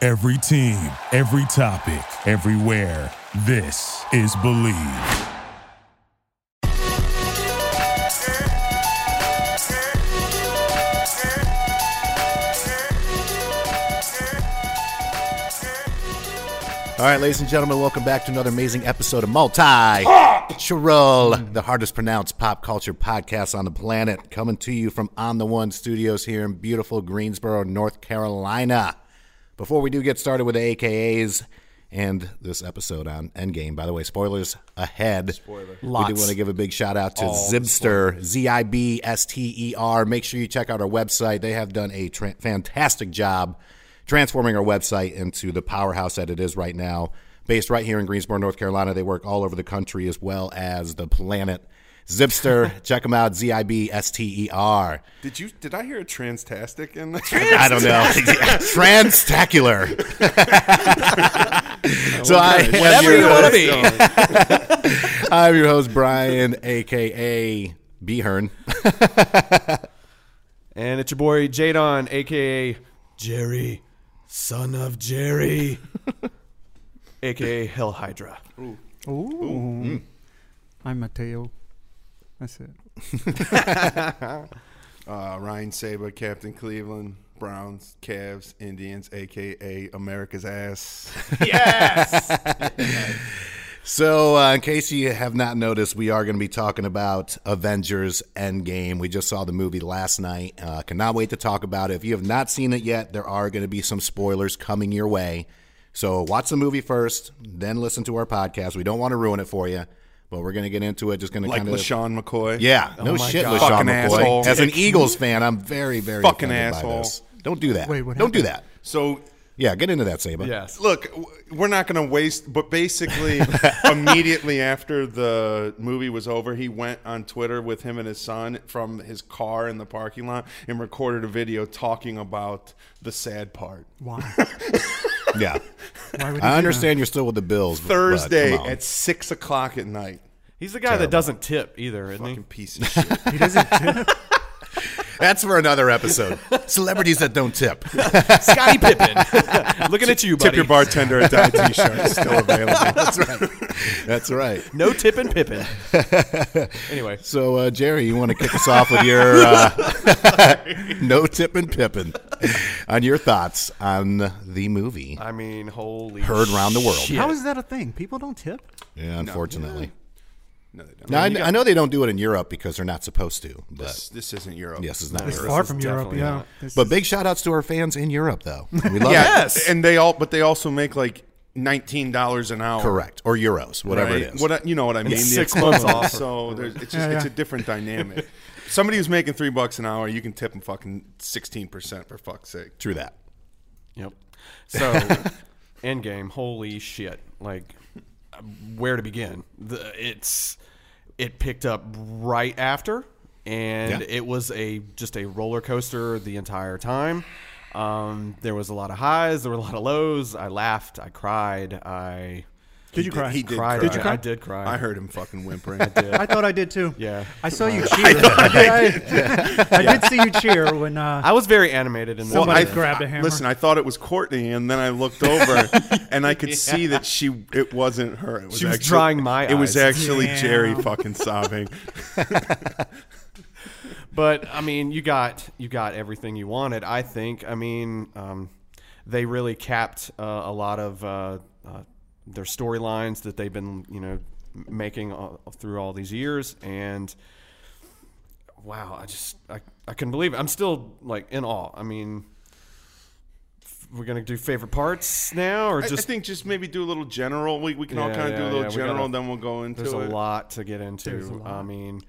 Every team, every topic, everywhere. This is Believe. All right, ladies and gentlemen, welcome back to another amazing episode of Multicultural, the hardest pronounced pop culture podcast on the planet, coming to you from On the One Studios here in beautiful Greensboro, North Carolina. Before we do get started with the AKAs and this episode on Endgame, by the way, spoilers ahead. Spoiler. We do want to give a big shout out to Zibster, Z I B S T E R. Make sure you check out our website. They have done a tra- fantastic job transforming our website into the powerhouse that it is right now. Based right here in Greensboro, North Carolina, they work all over the country as well as the planet. Zipster, check them out. Z I B S T E R. Did you? Did I hear a transtastic in there? I don't know. Transtacular. so I, Whatever you want to be. I'm your host Brian, aka Behern. And it's your boy Jadon, aka Jerry, son of Jerry, aka Hell Hydra. I'm Mateo. That's it. Uh, Ryan Saber, Captain Cleveland, Browns, Cavs, Indians, aka America's ass. So, uh, in case you have not noticed, we are going to be talking about Avengers Endgame. We just saw the movie last night. Uh, cannot wait to talk about it. If you have not seen it yet, there are going to be some spoilers coming your way. So, watch the movie first, then listen to our podcast. We don't want to ruin it for you, but we're going to get into it. Just going to Like kind of. LaShawn McCoy. Yeah, no Oh my shit, God. LaShawn Oh Fucking McCoy. asshole. As an Eagles fan, I'm very, very Fucking offended by asshole. this. Don't do that. Wait, what Don't do that. happened? So Yeah, get into that, Saban. Yes. look, w- we're not going to waste, but basically, immediately after the movie was over, he went on Twitter with him and his son from his car in the parking lot and recorded a video talking about the sad part. Why? yeah. Why would he do I that? understand you're still with the Bills. but- but Thursday come on. at six o'clock at night. He's the guy that doesn't tip either, isn't he? Fucking piece of shit. He doesn't. That's for another episode. Celebrities that don't tip. Scotty Pippen. Looking at you, buddy. Tip your bartender a dime t-shirt. It's still available. That's right. That's right. No tipping Pippin. anyway, So, uh, Jerry, you want to kick us off with your uh, no tip and pippin on your thoughts on the movie I mean, holy heard around the world. shit. How is that a thing? People don't tip. Yeah, unfortunately. No, they don't. Now, I, I know they don't do it in Europe because they're not supposed to, but This, this isn't Europe. yes, it's not Europe. Far from is Europe, definitely yeah. not. This But is- big shout outs to our fans in Europe, though. We love it. Yes. And they all, but they also make like nineteen dollars an hour. Correct. Or euros, whatever right? it is. What I- you know what I mean? the six months equivalent. off. So there's, it's just Yeah, it's a yeah. different dynamic. Somebody who's making three bucks an hour, you can tip them fucking sixteen percent for fuck's sake. True that. Yep. So, Endgame. Holy shit! Like, where to begin? The, it's it picked up right after, and Yeah. it was a just a roller coaster the entire time. Um, there was a lot of highs. There were a lot of lows. I laughed. I cried. I did you cry? He did. cried. cry. I, cry? I did cry. I heard him fucking whimpering. I thought I did too. Yeah. I saw you cheer. I did, I did see you cheer when. Uh, I was very animated in the. Somebody I moment. I've grabbed a hammer. Listen, I thought it was Courtney, and then I looked over and I could see that she it wasn't her. It was She was actually, drying my It was eyes. actually Yeah. Jerry fucking sobbing. but I mean, you got you got everything you wanted. I think. I mean, um, they really capped uh, a lot of uh, uh, their storylines that they've been you know m- making all, through all these years, and wow, I just I, I couldn't believe it. I'm still like in awe. I mean. f- We're gonna do favorite parts now, or I- just I think just maybe do a little general. We, we can all Yeah, kind of do yeah, a little yeah, we general, gotta- then we'll go into There's a it. lot to get into. I mean,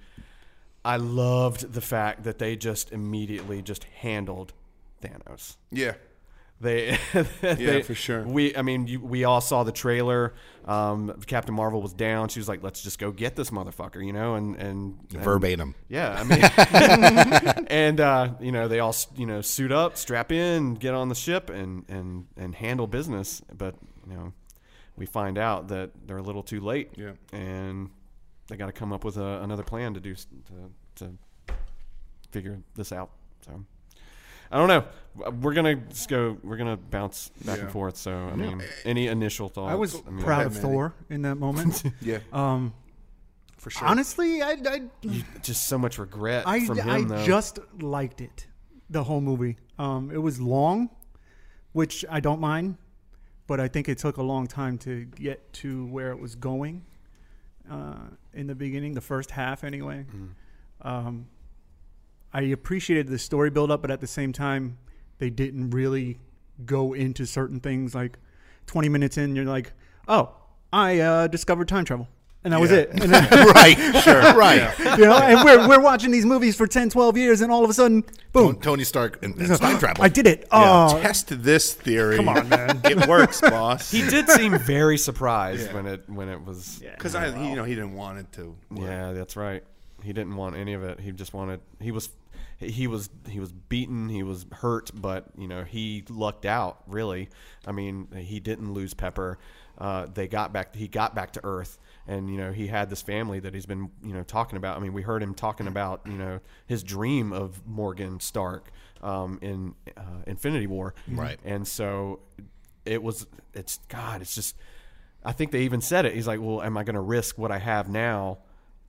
I loved the fact that they just immediately just handled Thanos. Yeah. They, they- for sure. We, I mean, you, we all saw the trailer. Um, Captain Marvel was down. She was like, "Let's just go get this motherfucker," you know, and and, and Verbatim. yeah, I mean, and uh, you know they all s- you know suit up, strap in, get on the ship, and and and handle business. But you know, we find out that they're a little too late, Yeah. and they got to come up with a, another plan to do s- to to figure this out. So I don't know. We're gonna just go. We're gonna bounce back and forth. So I mean, any initial thoughts? eh, I was mean, proud of Thor in that moment. Yeah. Um, for sure. honestly, I I just so much regret I, from him I though. just liked it, the whole movie. Um, it was long, which I don't mind, but I think it took a long time to get to where it was going uh, in the beginning, the first half anyway. Mm-hmm. Um, I appreciated the story build up, but at the same time, they didn't really go into certain things. Like 20 minutes in, you're like, oh, I uh, discovered time travel. And that was Yeah. it. And then- right, sure, right. you know, and we're, we're watching these movies for 10, 12 years, and all of a sudden, boom, Tony Stark and, and time travel. I did it. Oh, Test this theory. Come on, man. it works, boss. he did seem very surprised when it when it was. Yeah. Because I, you know, he didn't want it to. that's right. He didn't want any of it. He just wanted. He was. He was he was beaten. He was hurt, but you know he lucked out. Really, I mean, he didn't lose Pepper. Uh, they got back. He got back to Earth, and you know he had this family that he's been you know talking about. I mean, we heard him talking about you know his dream of Morgan Stark um, in uh, Infinity War, Right. And so it was. It's God. It's just. I think they even said it. He's like, "Well, am I going to risk what I have now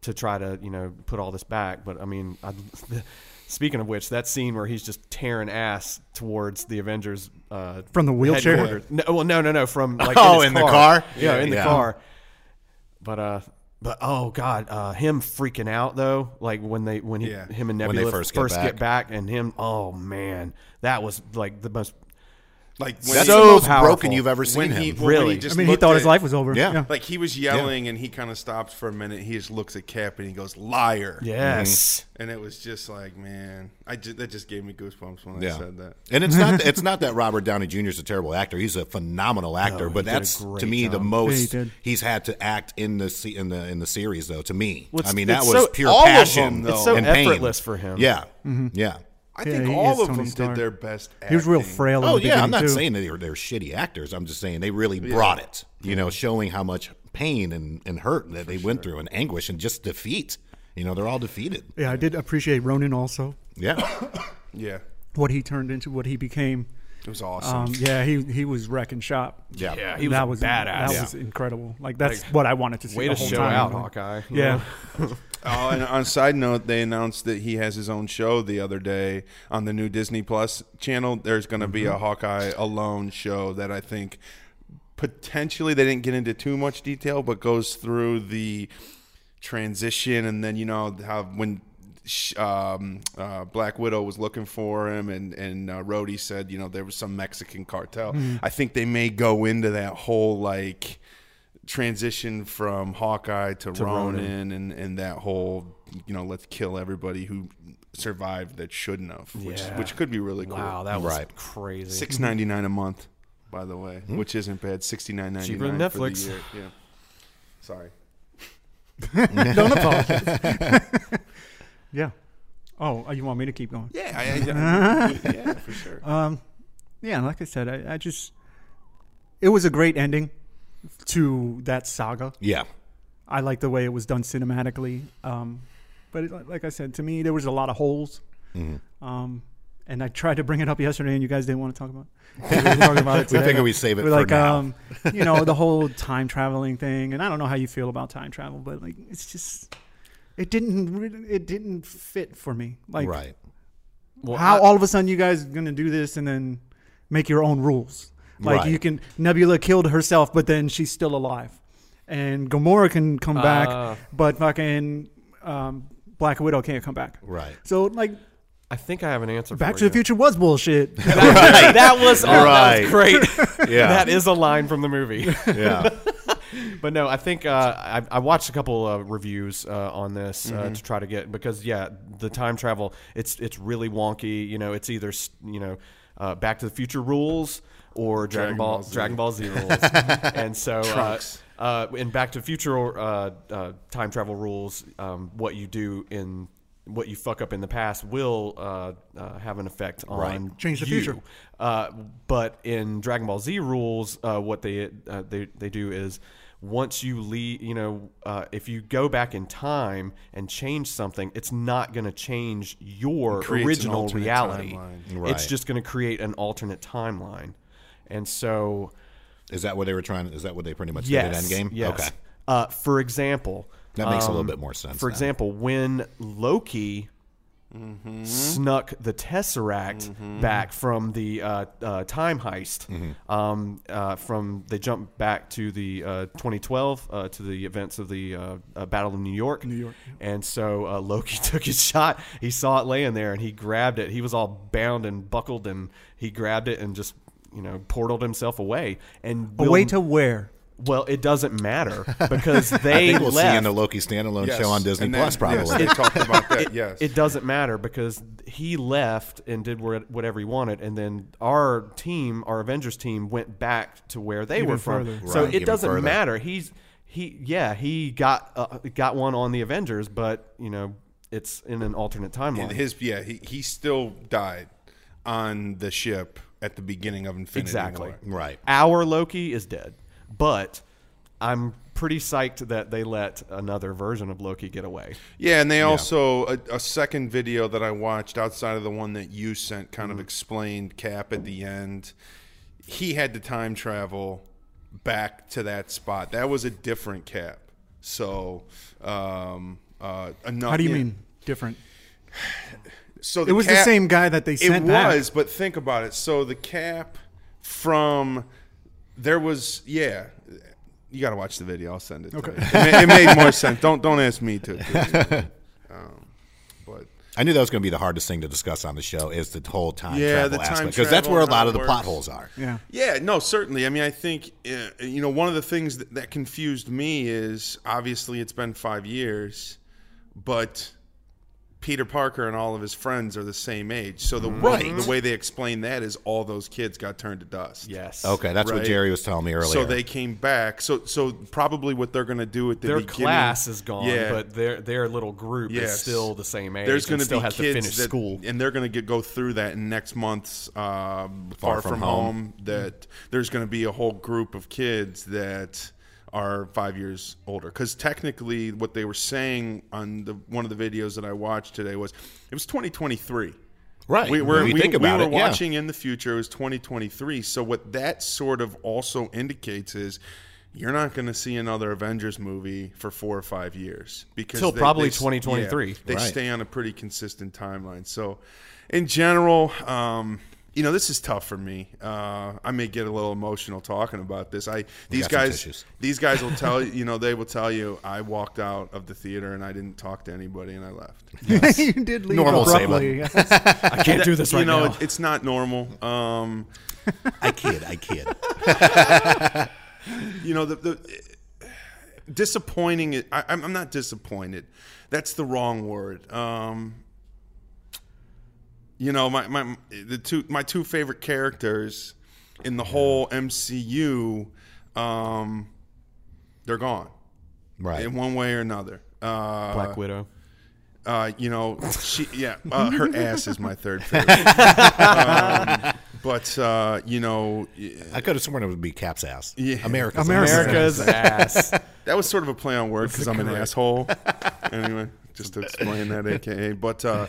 to try to, you know, put all this back?" But I mean, I, speaking of which, that scene where he's just tearing ass towards the Avengers uh, From the wheelchair? headquarters- No, well, no, no, no, from like Oh, his in the car? Yeah, in the Yeah. car. But uh, but oh god, uh, him freaking out though, like when they when he Yeah. him and When they Nebula first get get back, and him, oh man, that was like the most. Like when That's he, the so most powerful. broken you've ever seen when he, him. when he Really. just I mean, he looked thought his at- life was over. Yeah. Like he was yelling, and he kind of stops for a minute. He just looks at Cap, and he goes, "Liar." Mm-hmm. Yes. And it was just like, man, I ju- that just gave me goosebumps when I Yeah. said that. And it's not it's not that Robert Downey Jr. is a terrible actor. He's a phenomenal actor, No, but he did a that's great to me the job. Yeah, he most did. he's had to act in the se- in the in the series though. To me, Well, it's- I mean it's that so- was pure all of passion. them, though. It's so and pain. effortless for him. Yeah, yeah. I Yeah, think he all is of Tony them Stark. did their best. Acting. He was real frail. in Oh the yeah, I'm beginning, not too. saying that they're, they're shitty actors. I'm just saying they really brought it. You know, showing how much pain and, and hurt that they went through, and anguish, and just defeat. You know, they're all defeated. Yeah, I did appreciate Ronan also, Yeah, Yeah, what he turned into, what he became. it was awesome. Um, yeah, he he was wrecking shop. yeah. Yeah, he was that a was badass. That was incredible. Like that's what I wanted to see. Way the to whole show time. out, Like, Hawkeye. you Yeah, know? Oh, and on a side note, they announced that he has his own show the other day on the new Disney Plus channel. There's going to be a Hawkeye alone show that I think potentially they didn't get into too much detail, but goes through the transition and then you know how when. sh- Um, uh, Black Widow was looking for him, and and uh, Rhodey said, you know, there was some Mexican cartel. Hmm. I think they may go into that whole like transition from Hawkeye to, Ronin, and and that whole you know let's kill everybody who survived that shouldn't have, which Yeah. which could be really cool. Wow, that was Right. crazy. Six ninety nine a month, by the way, which isn't bad. Sixty nine ninety Cheaper than nine for Netflix. the year. Yeah. Sorry. don't apologize. yeah. Oh, you want me to keep going? Yeah, I, I, yeah, for sure. yeah, like I said, I, I just it was a great ending to that saga. yeah. I like the way it was done cinematically. Um, but it, like- like I said, to me, there was a lot of holes. Mm-hmm. Um, and I tried to bring it up yesterday, and you guys didn't want to talk about. It. We were talking about it We today. figure we save it We're for like, now. Um, you know, the whole time traveling thing, and I don't know how you feel about time travel, but like, it's just, it didn't, really, it didn't fit for me. Like, right. Well, how I- all of a sudden you guys are gonna do this and then make your own rules? Like Right. you can Nebula killed herself, but then she's still alive, and Gamora can come back, Ah. but fucking um, Black Widow can't come back. Right. So like I think I have an answer. Back for to the you. Future was bullshit. That, that was oh, that was great. Yeah. that is a line from the movie. Yeah. but no, I think uh, I, I watched a couple uh, reviews uh, on this uh, to try to get because yeah, the time travel it's it's really wonky. You know, it's either s- you know uh, Back to the Future rules or Dragon, Dragon Ball, Ball Z. Dragon Ball Z rules, and so uh, Trunks. uh, in Back to the Future uh, uh, time travel rules, um, what you do in what you fuck up in the past will uh, uh, have an effect on Right. Change the you. future. Uh, but in Dragon Ball Z rules, uh, what they, uh, they they do is once you leave, you know, uh, if you go back in time and change something, it's not going to change your creates an original alternate reality. timeline. Right. It's just going to create an alternate timeline. And so, Is that what they were trying? Is that what they pretty much yes, did at Endgame? yes. Okay, Uh, for example, that makes a little um, bit more sense. for now. example, when Loki snuck the Tesseract back from the uh, uh, time heist, Mm-hmm. um, uh, from they jump back to the uh, 2012 uh, to the events of the uh, uh, Battle of New York. New York. And so uh, Loki took his shot. He saw it laying there, and he grabbed it. He was all bound and buckled, and he grabbed it and just you know portaled himself away. And will- Away to where? well, it doesn't matter because they I think we'll left. see in the Loki standalone Yes. show on Disney And then- Plus probably. Yes, they talked about that. Yes. it doesn't matter because he left and did wha- whatever he wanted, and then our team, our Avengers team, went back to where they were from. further. So Right, it even doesn't further. matter. He's he, yeah, he got uh, got one on the Avengers, but you know it's in an alternate timeline. his yeah, he, he still died on the ship at the beginning of Infinity exactly War. Right. Our Loki is dead, but I'm pretty psyched that they let another version of Loki get away. Yeah, and they also a, a second video that I watched outside of the one that you sent kind Mm-hmm. of explained Cap at the end. He had to time travel back to that spot. That was a different Cap. So, um, uh, another, How do you mean different? So It was the Cap- same guy that they sent It back. was, but think about it. So the Cap from there was yeah. You got to watch the video. I'll send it. Okay. To you. It, ma- it made more sense. Don't don't ask me to. 'cause, um, but I knew that was going to be the hardest thing to discuss on the show is the whole time Yeah, travel the time aspect because that's travel where a and how lot it of the plot works. holes are. Yeah. Yeah, no, certainly. I mean, I think uh, you know one of the things that, that confused me is obviously it's been five years, but Peter Parker and all of his friends are the same age. So Mm-hmm. the way, the way they explain that is all those kids got turned to dust. Yes. Okay, that's what Right. Jerry was telling me earlier. So they came back. So so probably what they're going to do at the their beginning, class is gone, Yeah. but their their little group Yes. is still the same age. there's going to be still has kids to finish that, uh, school. and they're going to get go through that in next month's um, Far, From from, Home. home. That there's going to be a whole group of kids that are five years older because technically what they were saying on the one of the videos that I watched today was it was 2023. right. We were, When you we, think about we it, were yeah. watching in the future. It was 2023. So what that sort of also indicates is you're not going to see another Avengers movie for four or five years because Till they- probably they s- 2023. yeah, they Right. stay on a pretty consistent timeline. So in general, um, you know this is tough for me. Uh, I may get a little emotional talking about this. I these got some guys tissues. these guys will tell you you know they will tell you I walked out of the theater and I didn't talk to anybody and I left. you did leave Normal abruptly. Yes. I can't do this right you know now. it- it's not normal. Um, I kid, I kid. you know the, the disappointing I, I'm, I'm not disappointed that's the wrong word um you know my, my the two my two favorite characters in the whole mcu um they're gone Right. in one way or another uh Black Widow. uh, you know, she yeah, uh, her ass is my third favorite. um, but uh, you know, I could have sworn it would be Cap's ass. Yeah. America's, America's ass. America's ass. That was sort of a play on words because I'm an asshole. anyway, just to explain that, aka. But uh,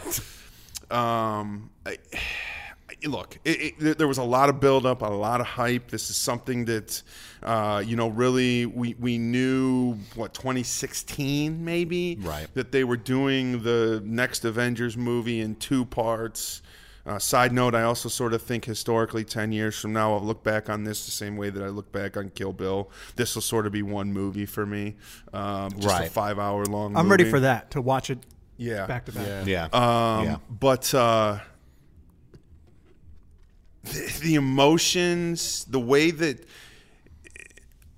um, I, I- look, it, it, there- there was a lot of buildup, a lot of hype. This is something that, uh, you know, really we we knew what 2016 maybe, Right. That they were doing the next Avengers movie in two parts. Uh, side note, I also sort of think historically, 10 years from now, I'll look back on this the same way that I look back on Kill Bill. This will sort of be one movie for me. Um, just a Right. five hour long I'm ready movie. for that to watch it Yeah. back to back. Yeah. Um, yeah. But uh, the, the emotions, the way that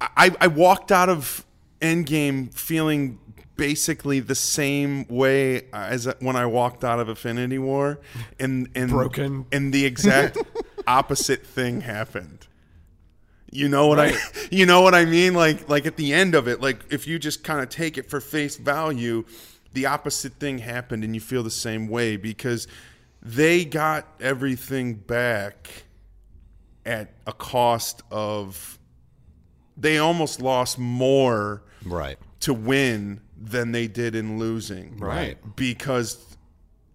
I, I walked out of Endgame feeling basically the same way as when I walked out of Affinity War, and and Broken. and the exact opposite thing happened. You know what I you know what I mean like like at the end of it like if you just kind of take it for face value the opposite thing happened and you feel the same way because they got everything back at a cost of they almost lost more Right. to win than they did in losing. Right. Because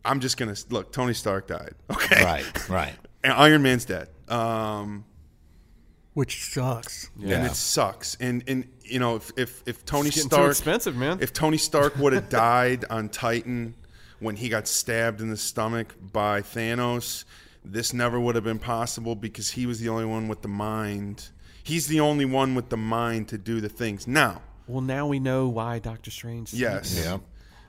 I'm just gonna look. Tony Stark died. Okay. Right. Right. And Iron Man's dead. Um, which sucks. Yeah. and it sucks. And and you know if if, if Tony It's getting too Stark expensive, man. If Tony Stark would have died on Titan when he got stabbed in the stomach by Thanos, this never would have been possible because he was the only one with the mind. He's the only one with the mind to do the things. Now, Well, now we know why Doctor Strange. yes, Yeah.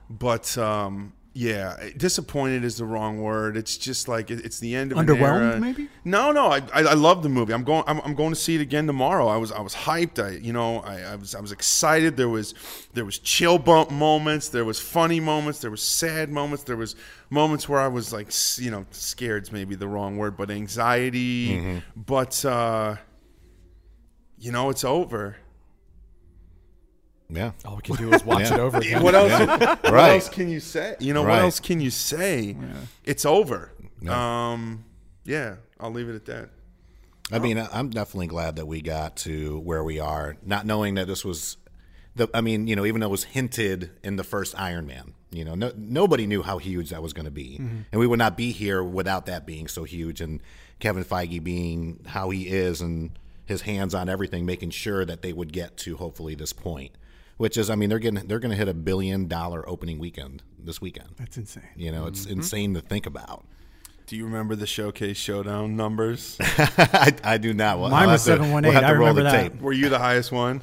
but um, yeah, disappointed is the wrong word. It's just like it- it's the end of an Underwhelmed, era. maybe? No, no, I, I, I love the movie. I'm going I'm, I'm going to see it again tomorrow. I was I was hyped. I you know I, I was I was excited. There was there was chill bump moments. There was funny moments. There was sad moments. There was moments where I was like s- you know scared's maybe the wrong word, but anxiety. Mm-hmm. But uh, you know it's over. Yeah. All we can do is watch Yeah. it over again. What else? What else Right. can you say? You know, Right. what else can you say? It's over. Um, yeah, I'll leave it at that. Oh. I mean, I- I'm definitely glad that we got to where we are, not knowing that this was the. I mean, you know, even though it was hinted in the first Iron Man, you know, no, nobody knew how huge that was going to be, Mm-hmm. and we would not be here without that being so huge, and Kevin Feige being how he is, and his hands on everything, making sure that they would get to hopefully this point, which is, I mean, they're getting they're going to hit a billion dollar opening weekend this weekend. That's insane. Mm-hmm. You know, it's insane to think about. Do you remember the showcase showdown numbers? I, I do not. We'll- Mine I'll was have to- 718. we'll have I to roll remember the that. tape. Were you the highest one?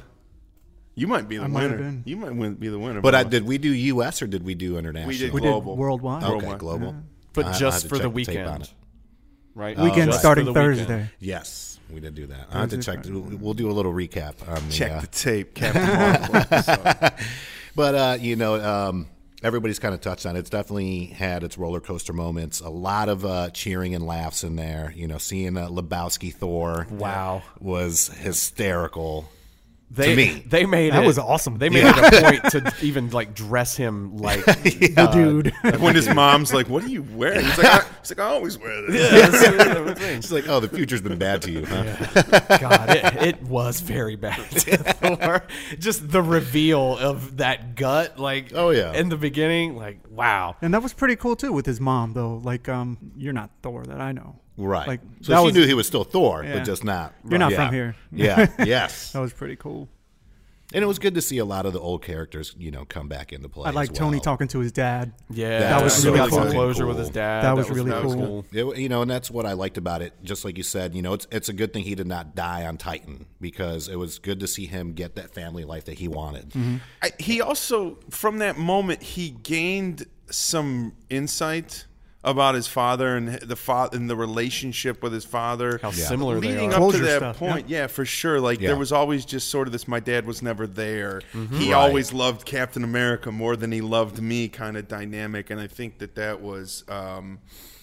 You might be the I might have winner. been. You might win, be the winner. But I, Bubba. did we do U.S. or did we do international? We did We global, did worldwide. Okay, Worldwide. global. But I- I'll have just to for the check tape on weekend, it. Uh, right? Weekend Just for starting the weekend. Thursday. Yes, we did do that. I have to check. We'll do a little recap. On the, Check uh, the tape, Captain Marvel. episode. but uh, you know, um, everybody's kind of touched on it. It's definitely had its roller coaster moments. A lot of uh, cheering and laughs in there. You know, seeing uh, Lebowski Thor uh, Wow. was hysterical. They, me. they made That it- was awesome. They made it a point to even like dress him like The dude. Like when his mom's like, "What are you wearing?" He's like, "I, he's like, I always wear this." It's like, oh, the future's been bad to you, huh? God, it, it was very bad. Thor. Just the reveal of that gut, like Oh, yeah. in the beginning, like wow. And that was pretty cool too with his mom though. Like, um, you're not Thor that I know. Right. Like so that she was knew he was still Thor, Yeah. but just not. You're not yeah. from here. Yeah. Yes. that was pretty cool. And it was good to see a lot of the old characters, you know, come back into play. I like as Tony well. talking to his dad. Yeah, That was he really got some fucking closure cool. with his dad. That was really cool. It- you know, and that's what I liked about it. Just like you said, you know, it's it's a good thing he did not die on Titan because it was good to see him get that family life that he wanted. Mm-hmm. I, he also, from that moment, he gained some insight about his father and the father and the relationship with his father. How similar they leading are. up Closure to that stuff, point, yeah. for sure. Like Yeah. there was always just sort of this. My dad was never there. He always loved Captain America more than he loved me, kind of dynamic. And I think that that was, um,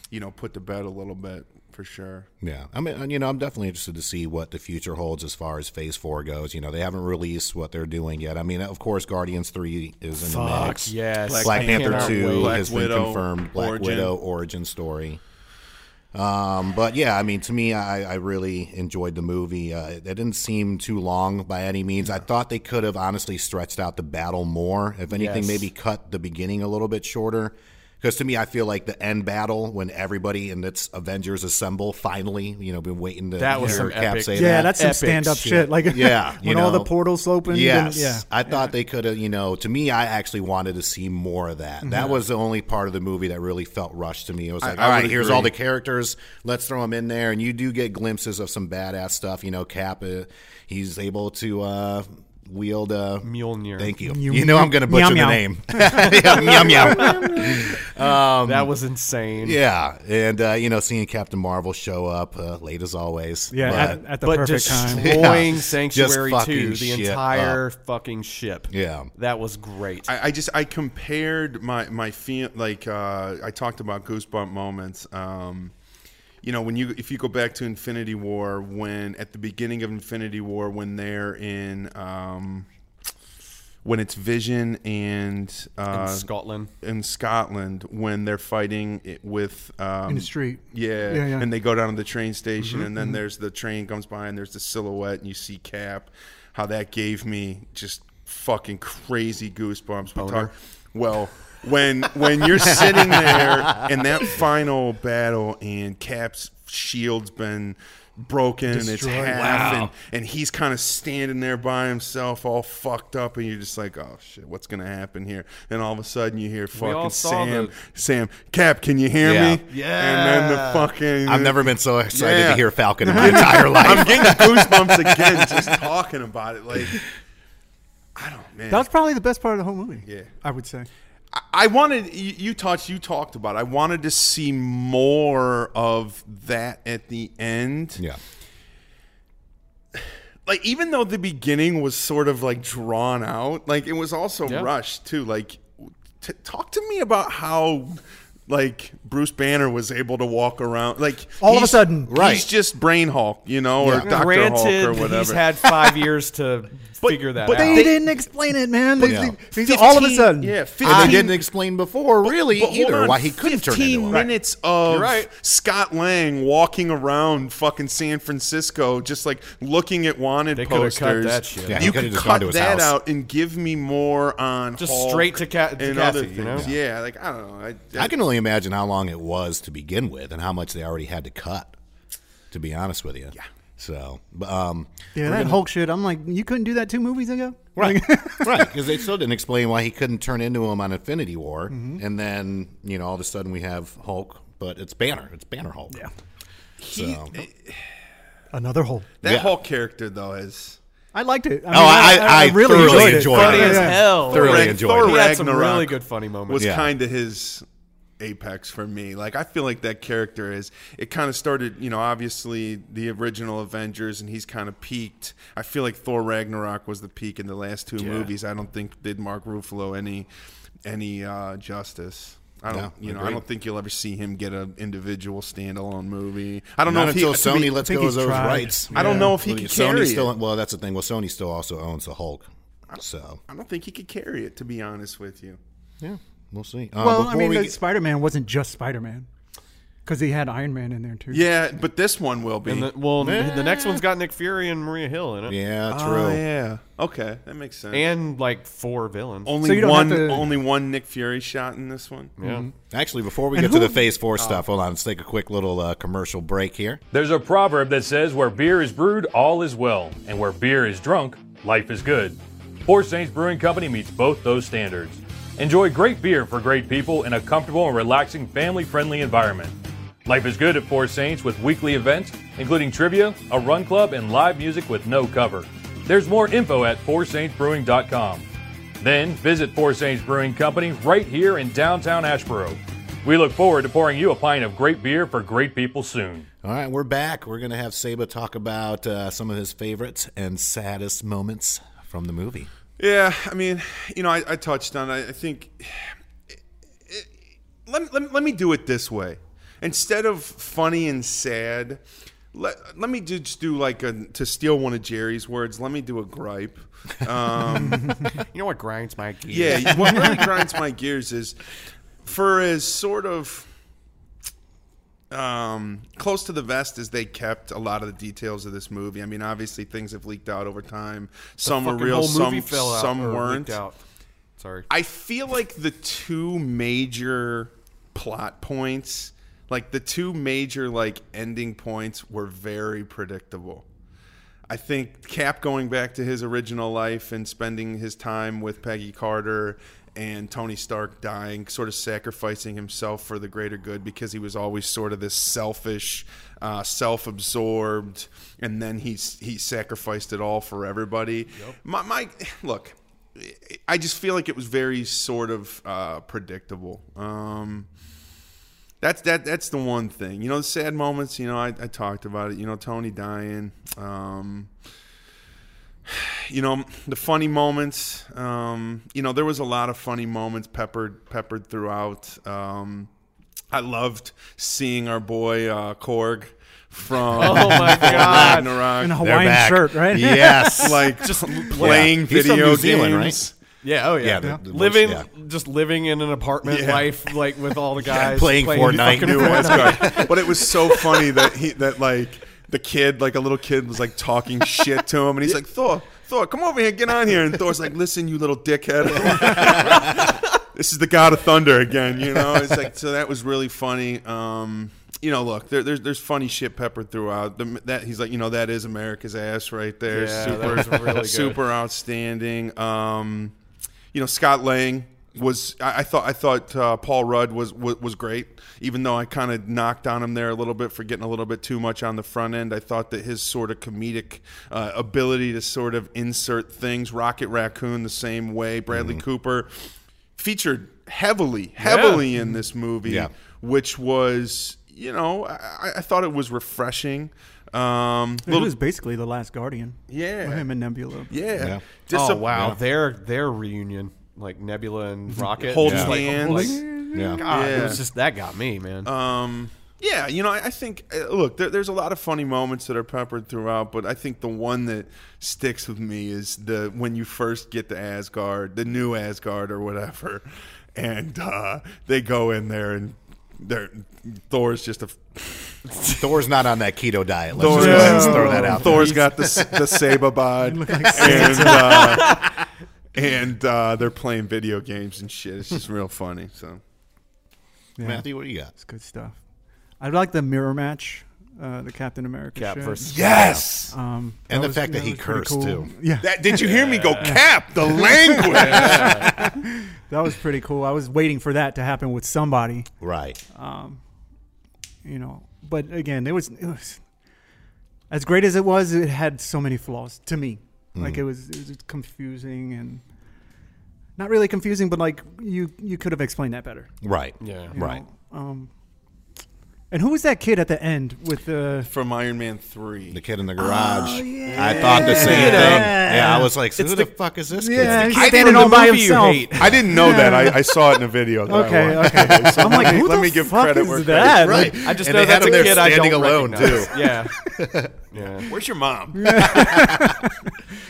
you know, put to bed a little bit for sure. Yeah, I mean, and, you know, I'm definitely interested to see what the future holds as far as Phase Four goes. You know, they haven't released what they're doing yet. I mean, of course, Guardians Three is in the Fuck, mix. yes. Black, Black Panther Panther Two wait. Black has been Widow confirmed. Black origin. Widow origin story. Um, but yeah, I mean, to me, I, I really enjoyed the movie. Uh, it, it didn't seem too long by any means. I thought they could have honestly stretched out the battle more. If anything, Yes. maybe cut the beginning a little bit shorter. Because to me, I feel like the end battle when everybody and it's Avengers assemble finally. You know, been waiting to That was hear some Cap epic- say Yeah, that. that's some epic stand up shit. shit. Like Yeah, you when all the know. portals opened. and- Yes, yeah. I thought they could have. You know, to me, I actually wanted to see more of that. That Mm-hmm. was the only part of the movie that really felt rushed to me. It was like, I all would right, here's all the agree. characters. Let's throw them in there, and you do get glimpses of some badass stuff. You know, Cap, uh, he's able to uh, wield uh, Mjolnir. Thank you. Mew- You know, I'm going to butcher meow the meow. name. yeah, meow meow. that was insane. Yeah, and uh, you know, seeing Captain Marvel show up uh, late as always. Yeah, but- at, at the But perfect time. destroying Yeah. Sanctuary Just fucking Two, the shit entire fucking ship. Yeah. that was great. I, I just I compared my my feel like uh, I talked about goosebump moments. Um, you know when you if you go back to Infinity War when at the beginning of Infinity War when they're in um, when it's Vision and in uh, Scotland. in Scotland when they're fighting it with um, in the street. Yeah, Yeah, yeah. and they go down to the train station, and then there's the train comes by, and there's the silhouette, and you see Cap. How that gave me just fucking crazy goosebumps. We talk, well, when when you're sitting there in that final battle, and Cap's shield's been broken and it's Destroyed. half and, and he's kind of standing there by himself all fucked up and you're just like oh shit what's gonna happen here and all of a sudden you hear fucking all saw sam the- sam cap can you hear Yeah. me and then the fucking. I've never been so excited Yeah. to hear Falcon in my entire life. I'm getting goosebumps again just talking about it. Like, I don't, man. That was probably the best part of the whole movie. Yeah. I would say. I- I wanted you, you touched, you talked about. It. I wanted to see more of that at the end. yeah. Like, even though the beginning was sort of like drawn out, like it was also Yeah. rushed too. Like, t- talk to me about how. Like Bruce Banner was able to walk around, like All of a he's- sudden. Right. he's just Brain Hulk, you know, or Yeah. Doctor Granted, Hulk or whatever. he's had five years to figure that but out. They, They- didn't explain it, man. They, Yeah. they- they- all of a 15 sudden. yeah, And they 15 didn't explain before, really, But hold either, on, why he couldn't turn into him. minutes of You're right. Scott Lang walking around fucking San Francisco, just like looking at wanted They coulda cut posters. that shit. Yeah, he you coulda could just cut gone to his that house. out and give me more on Just Hulk straight to Ca- to and Kathy, other things. you know? Yeah, like I don't know. I, I can only imagine how long it was to begin with and how much they already had to cut, to be honest with you. Yeah. So, but, um, Yeah, that Hulk shit. I'm like, you couldn't do that two movies ago? right, right, because they still didn't explain why he couldn't turn into him on Infinity War, and then you know all of a sudden we have Hulk, but it's Banner, it's Banner Hulk. Yeah, he- so Another Hulk. that Yeah. Hulk character though is I liked it. I Oh, I- I thoroughly enjoyed Yeah, it. yeah, Funny as yeah. hell. thoroughly Thor- enjoyed Thor it. He had some Ragnarok really good funny moments. was Yeah. kind of his apex for me. Like I feel like that character is it kind of started, you know, obviously the original Avengers and he's kind of peaked. I feel like Thor Ragnarok was the peak in the last two movies. I don't think did Mark Ruffalo any any uh, justice. I don't, No, you know, I agreed. don't think you'll ever see him get an individual standalone movie. I don't Not know if he, until to Sony be- lets think go of he's those tried. rights. I don't know if he can carry Sony still. it. Well, that's the thing. Well, Sony still also owns the Hulk, so I don't think he could carry it. To be honest with you, yeah, we'll see. Uh, Well, I before mean, we the get- Spider Man wasn't just Spider Man because he had Iron Man in there too. yeah, but this one will be. Oh, And the, well, the next one's got Nick Fury and Maria Hill in it, yeah, true. oh yeah, okay, that makes sense. and like four villains. Only So you don't one, have to- Hmm. only one Nick Fury shot in this one. yeah. Actually, before we get to the Phase Oh. Four stuff, hold on. Let's take a quick little uh, commercial break here. There's a proverb that says, Where beer is brewed, all is well, and where beer is drunk, life is good. Port Saints Brewing Company meets both those standards. Enjoy great beer for great people in a comfortable and relaxing family friendly environment. Life is good at Port Saints with weekly events, including trivia, a run club, and live music with no cover. There's more info at foursaintsbrewing.com. Then visit Four Saints Brewing Company right here in downtown Ashboro. We look forward to pouring you a pint of great beer for great people soon. All right, we're back. We're gonna have Saba talk about uh, some of his favorites and saddest moments from the movie. Yeah, I mean, you know, I, I touched on. it. I think let, me- let, me- let me do it this way. Instead of funny and sad, let, let me do, just do like a, to steal one of Jerry's words, let me do a gripe. Um, You know what grinds my gears? yeah, what really grinds my gears is for as sort of um, close to the vest as they kept a lot of the details of this movie. I mean, obviously things have leaked out over time. Some are Fucking real, whole some, movie fell out some or leaked weren't. Out. Sorry. I feel like the two major plot points, like the two major like ending points were very predictable. I think Cap going back to his original life and spending his time with Peggy Carter and Tony Stark dying, sort of sacrificing himself for the greater good because he was always sort of this selfish, uh, self-absorbed, and then he he sacrificed it all for everybody. My, my look, I just feel like it was very sort of uh, predictable. Um, that's that. That's the one thing. You know, the sad moments. You know, I, I talked about it. You know, Tony dying. Um, you know, the funny moments. Um, you know, there was a lot of funny moments peppered peppered throughout. Um, I loved seeing our boy uh, Korg from Oh my God. Ragnarok. In a They're Hawaiian back. shirt, right? Yes. like just playing He's from video New Zealand, games. Yeah. Oh yeah. Yeah, the- the living worst- just living in an apartment Yeah. life like with all the guys playing Fortnite. fucking new Fortnite. Asgard. But it was so funny that he that like the kid, like a little kid, was like talking shit to him, and he's like, "Thor, Thor, come over here, get on here." And Thor's like, "Listen, you little dickhead." This is the God of Thunder again, you know. It's like so that was really funny. Um, you know, look, there, there's there's funny shit peppered throughout. The, that he's like, you know, that is America's ass right there. Yeah, that super, was really good. super outstanding. Um, you know, Scott Lang was. I, I thought I thought uh, Paul Rudd was, was was great, even though I kind of knocked on him there a little bit for getting a little bit too much on the front end. I thought that his sort of comedic uh, ability to sort of insert things, Rocket Raccoon, the same way. Bradley Cooper featured heavily, heavily in this movie, Yeah. which was you know I, I- I thought it was refreshing. Um, It little- was basically the last Guardian. Yeah. With him and Nebula. yeah, Yeah. Dis- oh wow, their their reunion, like Nebula and Rocket Holding just, like, hands. like, Yeah. God, Yeah. it was just that got me, man. Um, yeah, you know, I, I think uh, look, there, there's a lot of funny moments that are peppered throughout, but I think the one that sticks with me is the when you first get to Asgard, the new Asgard or whatever, and uh, they go in there and they're Thor's just a Thor's not on that keto diet. Let's, just Thor- go ahead and throw that out. there. Thor's got the s- the saber bod, like and uh, and uh, they're playing video games and shit. It's just real funny. So Yeah. Matthew, what do you got? It's good stuff. I like the mirror match, uh, the Captain America Cap shit. versus yes. Um, And the was- fact that he was pretty cursed, cool. too. Yeah, That, did you hear me go cap the language? that was pretty cool. I was waiting for that to happen with somebody, Right. you know. But again, it was, it was as great as it was. It had so many flaws to me. Mm. Like it was, it was confusing and not really confusing, but like you you could have explained that better. Right. Yeah. you Right. know? Um, and who was that kid at the end with the? from Iron Man Three. The kid in the garage. I thought the same thing. Yeah, I was like, who the, fuck is this Yeah, kid? he's standing all by himself. I didn't know that. I, I saw it in a video. That Okay, I watched. okay. So I'm like, let me, who let the me give fuck credit is where that? credit is Right. I just and know they had that's him a there kid I don't standing alone, recognize. too. Yeah. yeah. Where's your mom?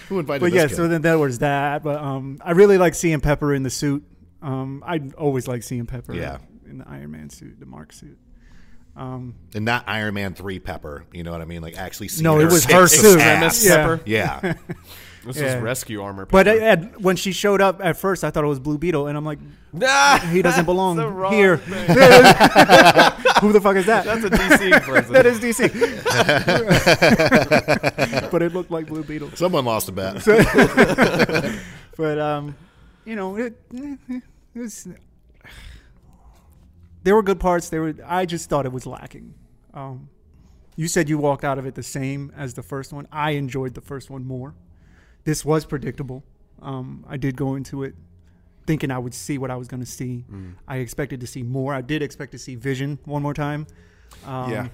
Who invited But this yeah, kid? so then that was that. But um, I really like seeing Pepper in the suit. Um, I always like seeing Pepper. Yeah. In the Iron Man suit, the Mark suit. and not Iron Man 3 Pepper. You know what I mean? Like, actually seeing No, it was her tits suit. ass. Yeah. Pepper. Yeah. This Yeah. is rescue armor. But uh, Pepper. I, at, when she showed up at first, I thought it was Blue Beetle, and I'm like, Nah, he doesn't the belong wrong here. thing. Who the fuck is that? that's a DC person. that is DC. but it looked like Blue Beetle. Someone lost a bet. But um, you know, it, it was, there were good parts. There were. I just thought it was lacking. Um, you said you walked out of it the same as the first one. I enjoyed the first one more. This was predictable. Um, I did go into it thinking I would see what I was going to see. Mm. I expected to see more. I did expect to see Vision one more time, yeah,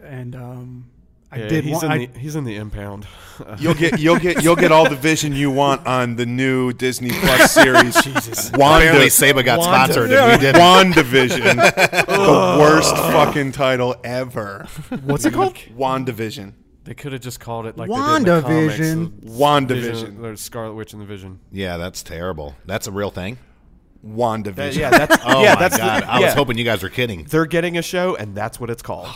and um, I Yeah, did. he's, want, in I, the, he's in the impound. you'll get you'll get you'll get all the vision you want on the new Disney Plus series. Jesus, Apparently, Wanda. Saber got Wanda. sponsored and we didn't. WandaVision, the worst fucking title ever. what's it called? WandaVision. They could have just called it like they did in the WandaVision. comics. Vision, WandaVision. there's Scarlet Witch and the Vision. Yeah, that's terrible. That's a real thing. WandaVision. Uh, yeah, that's Oh yeah, my that's god! The, I yeah. was hoping you guys were kidding. they're getting a show, and that's what it's called.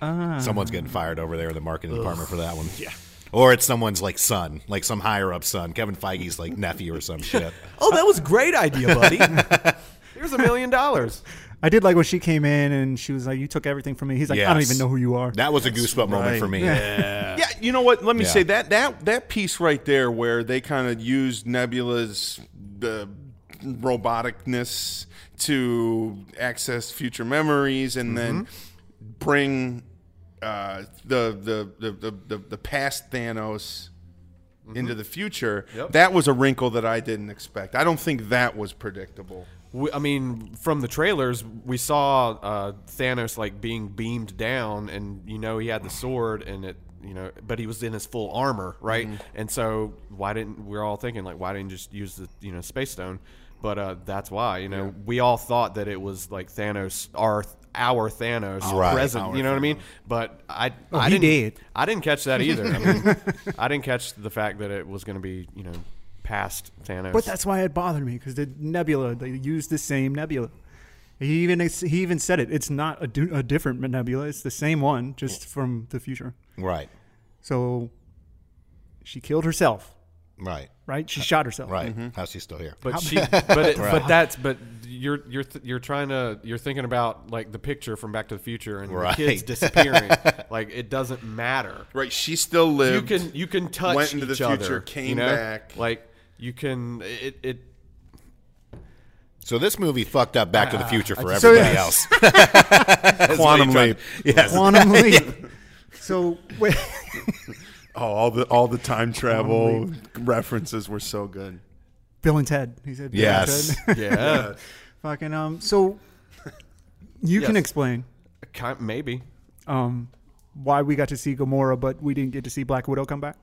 Someone's getting fired over there in the marketing department for that one. Yeah. Or it's someone's like son, like some higher up son, Kevin Feige's like nephew or some shit. oh, that was a great idea, buddy. Here's a million dollars. I did like when she came in and she was like, "You took everything from me." He's like, "I don't Yes. even know who you are." That was a goosebump moment for me. Yeah, you know what? Let me Yeah. say that that that piece right there, where they kind of used Nebula's uh, roboticness to access future memories, and then bring uh, the, the, the the the the past Thanos. Into the future, Yep. that was a wrinkle that I didn't expect. I don't think that was predictable. We, I mean, from the trailers, we saw uh, Thanos like being beamed down, and you know he had the sword, and it, you know, but he was in his full armor, right? Mm-hmm. And so why didn't we're all thinking like why didn't you just use the you know space stone? But uh, that's why you know we all thought that it was like Thanos our our Thanos Right. present, you know what I mean? But I I Oh, he didn't did. I didn't catch that either. I, mean, I didn't catch the fact that it was going to be you know. past Thanos. But that's why it bothered me because the Nebula they used the same Nebula. He even he even said it. It's not a, du- a different Nebula. It's the same one, just from the future. Right. So she killed herself, Right. right? She shot herself. Right. How she's still here. But she, but it, but that's but you're you're th- you're trying to you're thinking about like the picture from Back to the Future and Right. the kids disappearing. like it doesn't matter. Right, she still You lived. can you can touch went into the each future, other, came you know? back. Like you can it it So this movie fucked up Back to Ah, the Future for so everybody yeah. else. That's what he Quantum tried- leap. Yes. Quantum leap. So wait, Oh, all the all the time travel references were so good. Bill and Ted. He said. Bill Yes. And Ted. yeah, Fucking um. So you can Yes. explain kind, maybe. um why we got to see Gamora, but we didn't get to see Black Widow come back.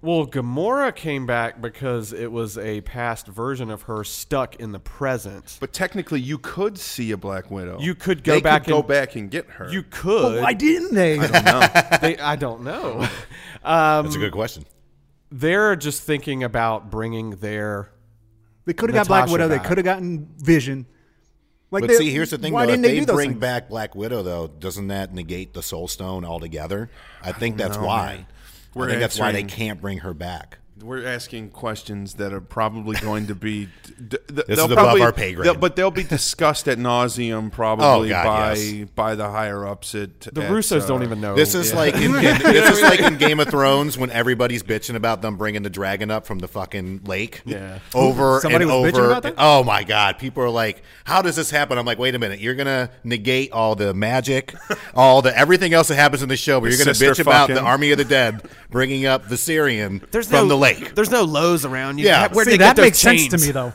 Well, Gamora came back because it was a past version of her stuck in the present. But technically, you could see a Black Widow. You could go They back go and- back and get her. you could. Why didn't they? they, I don't know. That's a good question. They're just thinking about bringing their They could have got Black Natasha Widow. They back. could have gotten Vision. Like, But they- see, here's the thing. Why though, didn't if they, they, do those bring things? back Black Widow, though, doesn't that negate the Soul Stone altogether? I think that's know, why. man. I We're think that's why they answering- can't bring her back. We're asking questions that are probably going to be. D- th- is they'll above probably- our pay grade. they'll- but they'll be discussed at nauseum probably Oh, God, by yes. by the higher ups at uh, the Russos don't even know. This is like in, in- this is like in Game of Thrones when everybody's bitching about them bringing the dragon up from the fucking lake. Yeah, over Somebody and was bitching over. about that? Oh my god, people are like, "How does this happen?" I'm like, "Wait a minute, you're gonna negate all the magic, all the everything else that happens in the show, but you're gonna sister bitch about the fucking. Army of the Dead bringing up Viserion from the lake." There's no lows around you. Yeah. Where'd See, that makes sense to me though.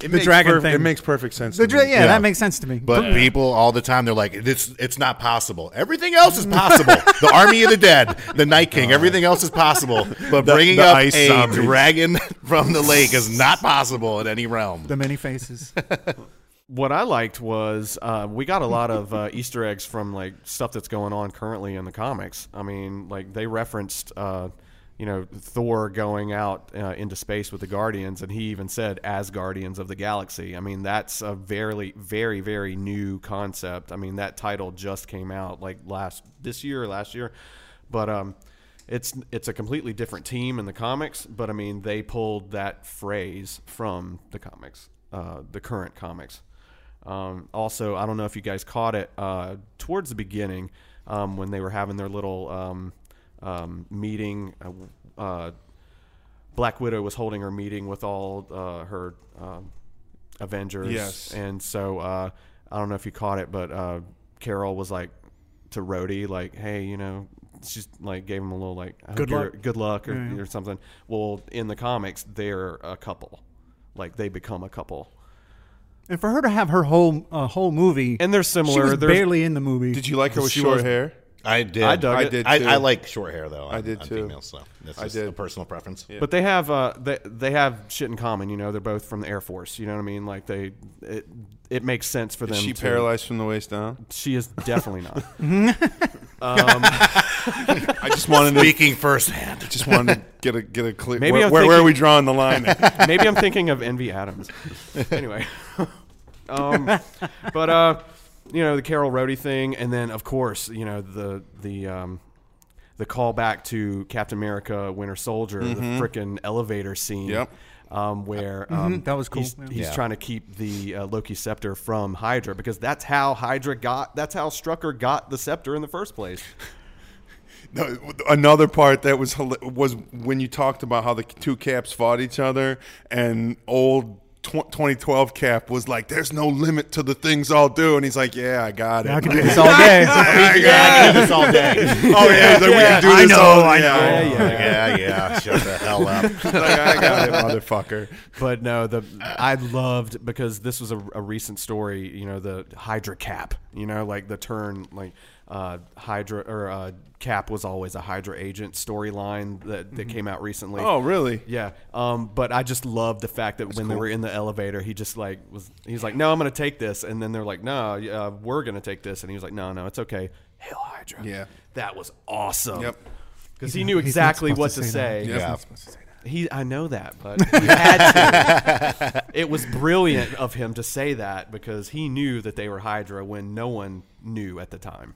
the dragon thing. It makes perfect sense. The to dra- me. yeah, Yeah. that makes sense to me. But people all the time they're like, "It's it's not possible. Everything else is possible. the Army of the Dead, the Night King, everything else is possible. But bringing Uh-huh. the up ice a zombies. dragon from the lake is not possible in any realm." the many faces. What I liked was uh, we got a lot of uh, Easter eggs from like stuff that's going on currently in the comics. I mean, like they referenced, uh, you know, Thor going out uh, into space with the Guardians, and he even said as Guardians of the Galaxy. I mean, that's a very, very, very new concept. I mean, that title just came out like last this year, or last year, but um, it's it's a completely different team in the comics, but I mean they pulled that phrase from the comics, uh, the current comics. Um, also, I don't know if you guys caught it uh, towards the beginning um, when they were having their little um, um, meeting. Uh, uh, Black Widow was holding her meeting with all uh, her um, Avengers, Yes. and so uh, I don't know if you caught it, but uh, Carol was like to Rhodey, like, "Hey, you know," she's like gave him a little like, I hope Good you're- luck. good luck," or, or something. Well, in the comics, they're a couple, like they become a couple, and for her to have her whole uh, whole movie, and they're she similar. was There's- barely in the movie. Did you like her with She short was- hair? I did. I dug I it. did. I, too. I like short hair though. I did on too. Females, so that's I just did. a personal preference. But they have uh, they they have shit in common, you know. They're both from the Air Force. You know what I mean? Like they, it, it makes sense for them. She to- paralyzed from the waist down. She is definitely not. I just wanted to Speaking firsthand, just wanted to get a get a clear. Maybe where, I'm where, where are thinking- we drawing the line? At? Maybe I'm thinking of Envy Adams. Anyway, um, but uh, you know the Carol Rhodey thing, and then of course you know the the um, the callback to Captain America: Winter Soldier, the frickin' elevator scene. Yep. Um, where um, Mm-hmm. That was cool, He's, yeah. he's Yeah. trying to keep the uh, Loki scepter from Hydra because that's how Hydra got. That's how Strucker got the scepter in the first place. No, another part that was hila- was when you talked about how the two caps fought each other, and old tw- 2012 cap was like, "There's no limit to the things I'll do," and he's like, "Yeah, I got it." I could do this all I day. got I do this all day. it. Oh yeah, he's like, we can do I this know, all I day. know. Yeah, yeah. yeah, yeah. Shut the hell up. Like, I got it, motherfucker. But no, the I loved because this was a, a recent story. You know, the Hydra cap. You know, like the turn, like uh, Hydra or uh, Cap was always a Hydra agent storyline that, that came out recently. Oh really? Yeah, um, but I just love the fact that when they were in the elevator, he just like was. He's like, "No, I'm going to take this," and then they're like, "No, uh, we're going to take this," and he was like, "No, no, it's okay." Hail Hydra! Yeah. that was awesome. Yep. because he knew He's not exactly supposed what to to say that. say. He's Yeah. not supposed to say that. He, I know that, but he had to. it was brilliant of him to say that because he knew that they were Hydra when no one knew at the time.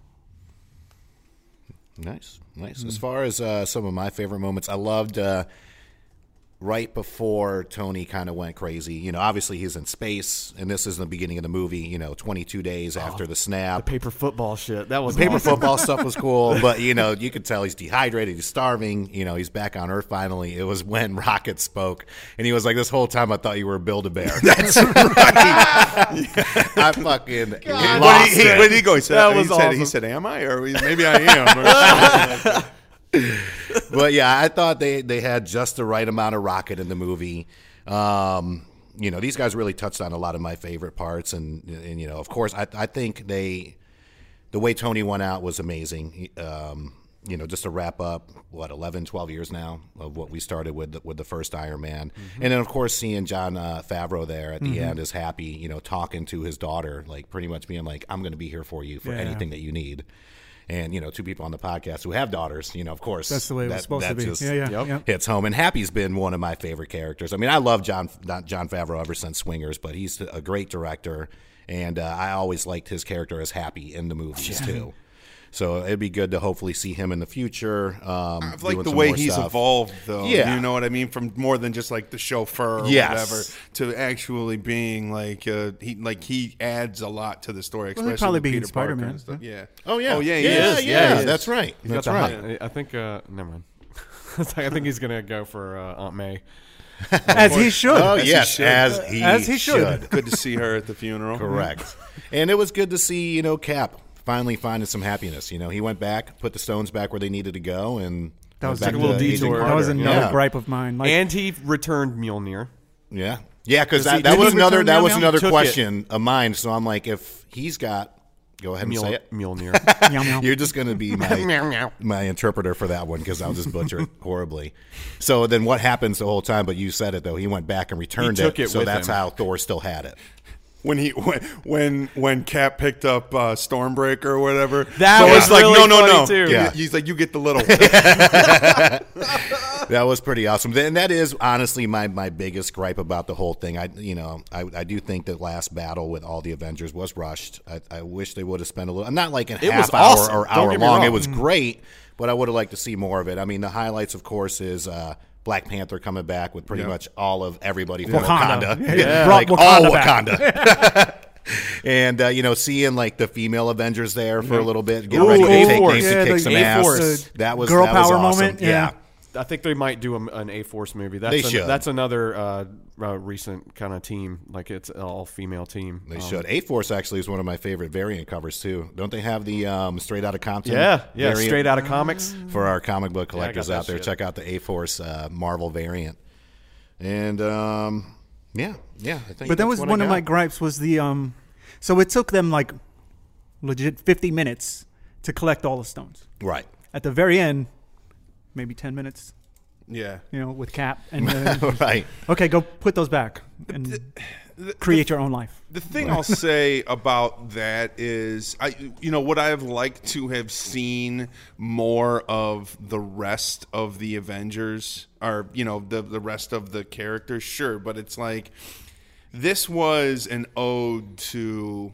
Nice, nice. As far as uh, some of my favorite moments, I loved uh, right before Tony kind of went crazy. You know, obviously he's in space, and this is the beginning of the movie. You know, 22 days after the snap. Paper football shit. That was Paper awesome. football stuff was cool, but you know, you could tell he's dehydrated, he's starving, you know, he's back on Earth finally. It was when Rocket spoke and he was like, This whole time I thought you were a Build a Bear. That's right. I fucking What lost did he, he, it. what did he go? He said, That he, was said he awesome. said, Am I? Or he- maybe I am. Or something like that. but yeah, I thought they they had just the right amount of rocket in the movie. Um, you know, these guys really touched on a lot of my favorite parts, and and you know, of course, I I think they the way Tony went out was amazing. Um, you know, just to wrap up, what 11, 12 years now of what we started with the, with the first Iron Man, and then of course seeing John uh, Favreau there at the end is happy. You know, talking to his daughter, like pretty much being like, "I'm going to be here for you for anything that you need." And you know, two people on the podcast who have daughters, you know, of course, That's the way it was that- supposed to that be. just Yeah, yeah, Yep. yep. Hits home, and Happy's been one of my favorite characters. I mean, I love John not John Favreau ever since Swingers, but he's a great director, and uh, I always liked his character as Happy in the movies too. So it'd be good to hopefully see him in the future. Um, I've liked doing the some way more he's stuff. evolved, though. Yeah. You know what I mean? From more than just like the chauffeur or Yes. whatever to actually being like, uh, he like he adds a lot to the story, he'd especially probably with be in Peter Parker Spider-Man, and stuff. huh? Yeah. Oh yeah, Oh, yeah, he yeah, is. yeah. Yeah, he is. That's right. He's got That's the right. hot- I think. Uh, never mind. It's like, I think he's gonna go for uh, Aunt May. As he should. Oh As he yes, should. as he As he should. Good to see her at the funeral. Correct. and it was good to see, you know, Cap finally finding some happiness. You know, he went back, put the stones back where they needed to go, and That was went like back a little to Agent detour. that was Carter. another yeah. gripe of mine. Like, and he returned Mjolnir. Yeah, yeah, because he- that, did that he was another return that Meow was Meow? another Took it. question of mine. So I'm like, if he's got, go ahead and say Mjol- it. Mjolnir. meow, meow. You're just going to be my, my interpreter for that one because I'll just butcher it horribly. So then what happens the whole time? But you said it though. He went back and returned took it So with that's him. how Thor still had it. when he when when, when Cap picked up uh, Stormbreaker or whatever. That so was it's like really no no funny, no. too. Yeah. He's like you get the little. That was pretty awesome. Th- And that is honestly my, my biggest gripe about the whole thing. I you know I, I do think that last battle with all the Avengers was rushed. I, I wish they would have spent a little. Not like an It was half hour awesome. or Don't hour get me long. It wrong. Mm. was great, but I would have liked to see more of it. I mean, the highlights, of course, is. Uh, Black Panther coming back with pretty much all of everybody from Wakanda, Wakanda. Yeah. like Brought all Wakanda back. Wakanda, and uh, you know, seeing like the female Avengers there for a little bit, get Ooh, ready to take A-Force. names Yeah, and kick the some A-Force. ass. The That was girl that was power awesome. moment, yeah. yeah. I think they might do a, an A Force movie. That's They an- should. That's another uh, uh, recent kind of team. Like it's an all female team. They Um, should. A Force actually is one of my favorite variant covers too. Don't they have the um, straight out of Compton? Yeah, yeah. variant? Straight out of comics. for our comic book collectors that out there. shit. Check out the A Force uh, Marvel variant. And um, yeah, yeah. I think but that that's was what one I of my got. gripes was the um so it took them like legit 50 minutes to collect all the stones right. at the very end maybe 10 minutes yeah. you know with cap and uh, right. okay go put those back and create your own life The thing I'll say about that is, I you know what I've liked to have seen more of the rest of the Avengers, or you know the the rest of the characters, sure, but it's like this was an ode to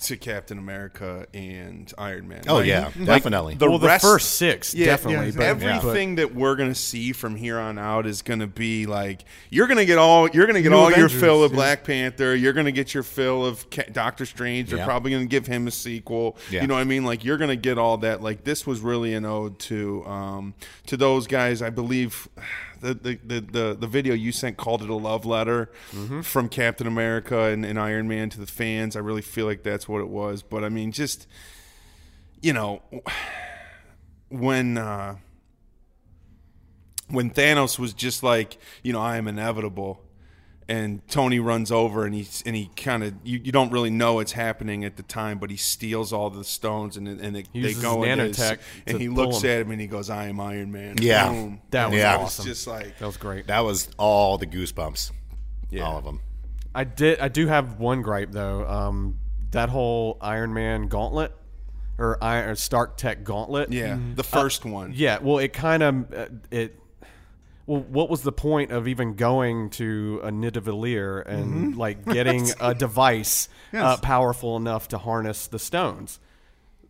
to Captain America and Iron Man. Oh Like, yeah, definitely. well, rest- the first six definitely. yeah, but- everything that we're gonna see from here on out is gonna be like you're gonna get all you're gonna get New all your Avengers, fill of yeah. Black Panther. You're gonna get your fill of Ca- Doctor Strange. They're Yeah. probably gonna give him a sequel. Yeah. You know what I mean? Like you're gonna get all that. Like this was really an ode to um, to those guys. I believe the the, the the the video you sent called it a love letter Mm-hmm. from Captain America and, and Iron Man to the fans. I really feel like that's what it was. But I mean, just you know when uh, when Thanos was just like, you know, I am inevitable, and Tony runs over and he's and he kind of you, you don't really know it's happening at the time, but he steals all the stones and and they, they uses go his in his- nanotech and to he pull looks him. at him and he goes, I am Iron Man. Yeah. Boom. That was Yeah. It's awesome. just like that was great. That was all the goosebumps. All of them. I did. I do have one gripe though. Um, that whole Iron Man gauntlet or Iron or Stark Tech gauntlet. yeah, the first one. Yeah. Well, uh, it kind of it. well, what was the point of even going to a Nidavellir and Mm-hmm. like getting a device uh, powerful enough to harness the stones?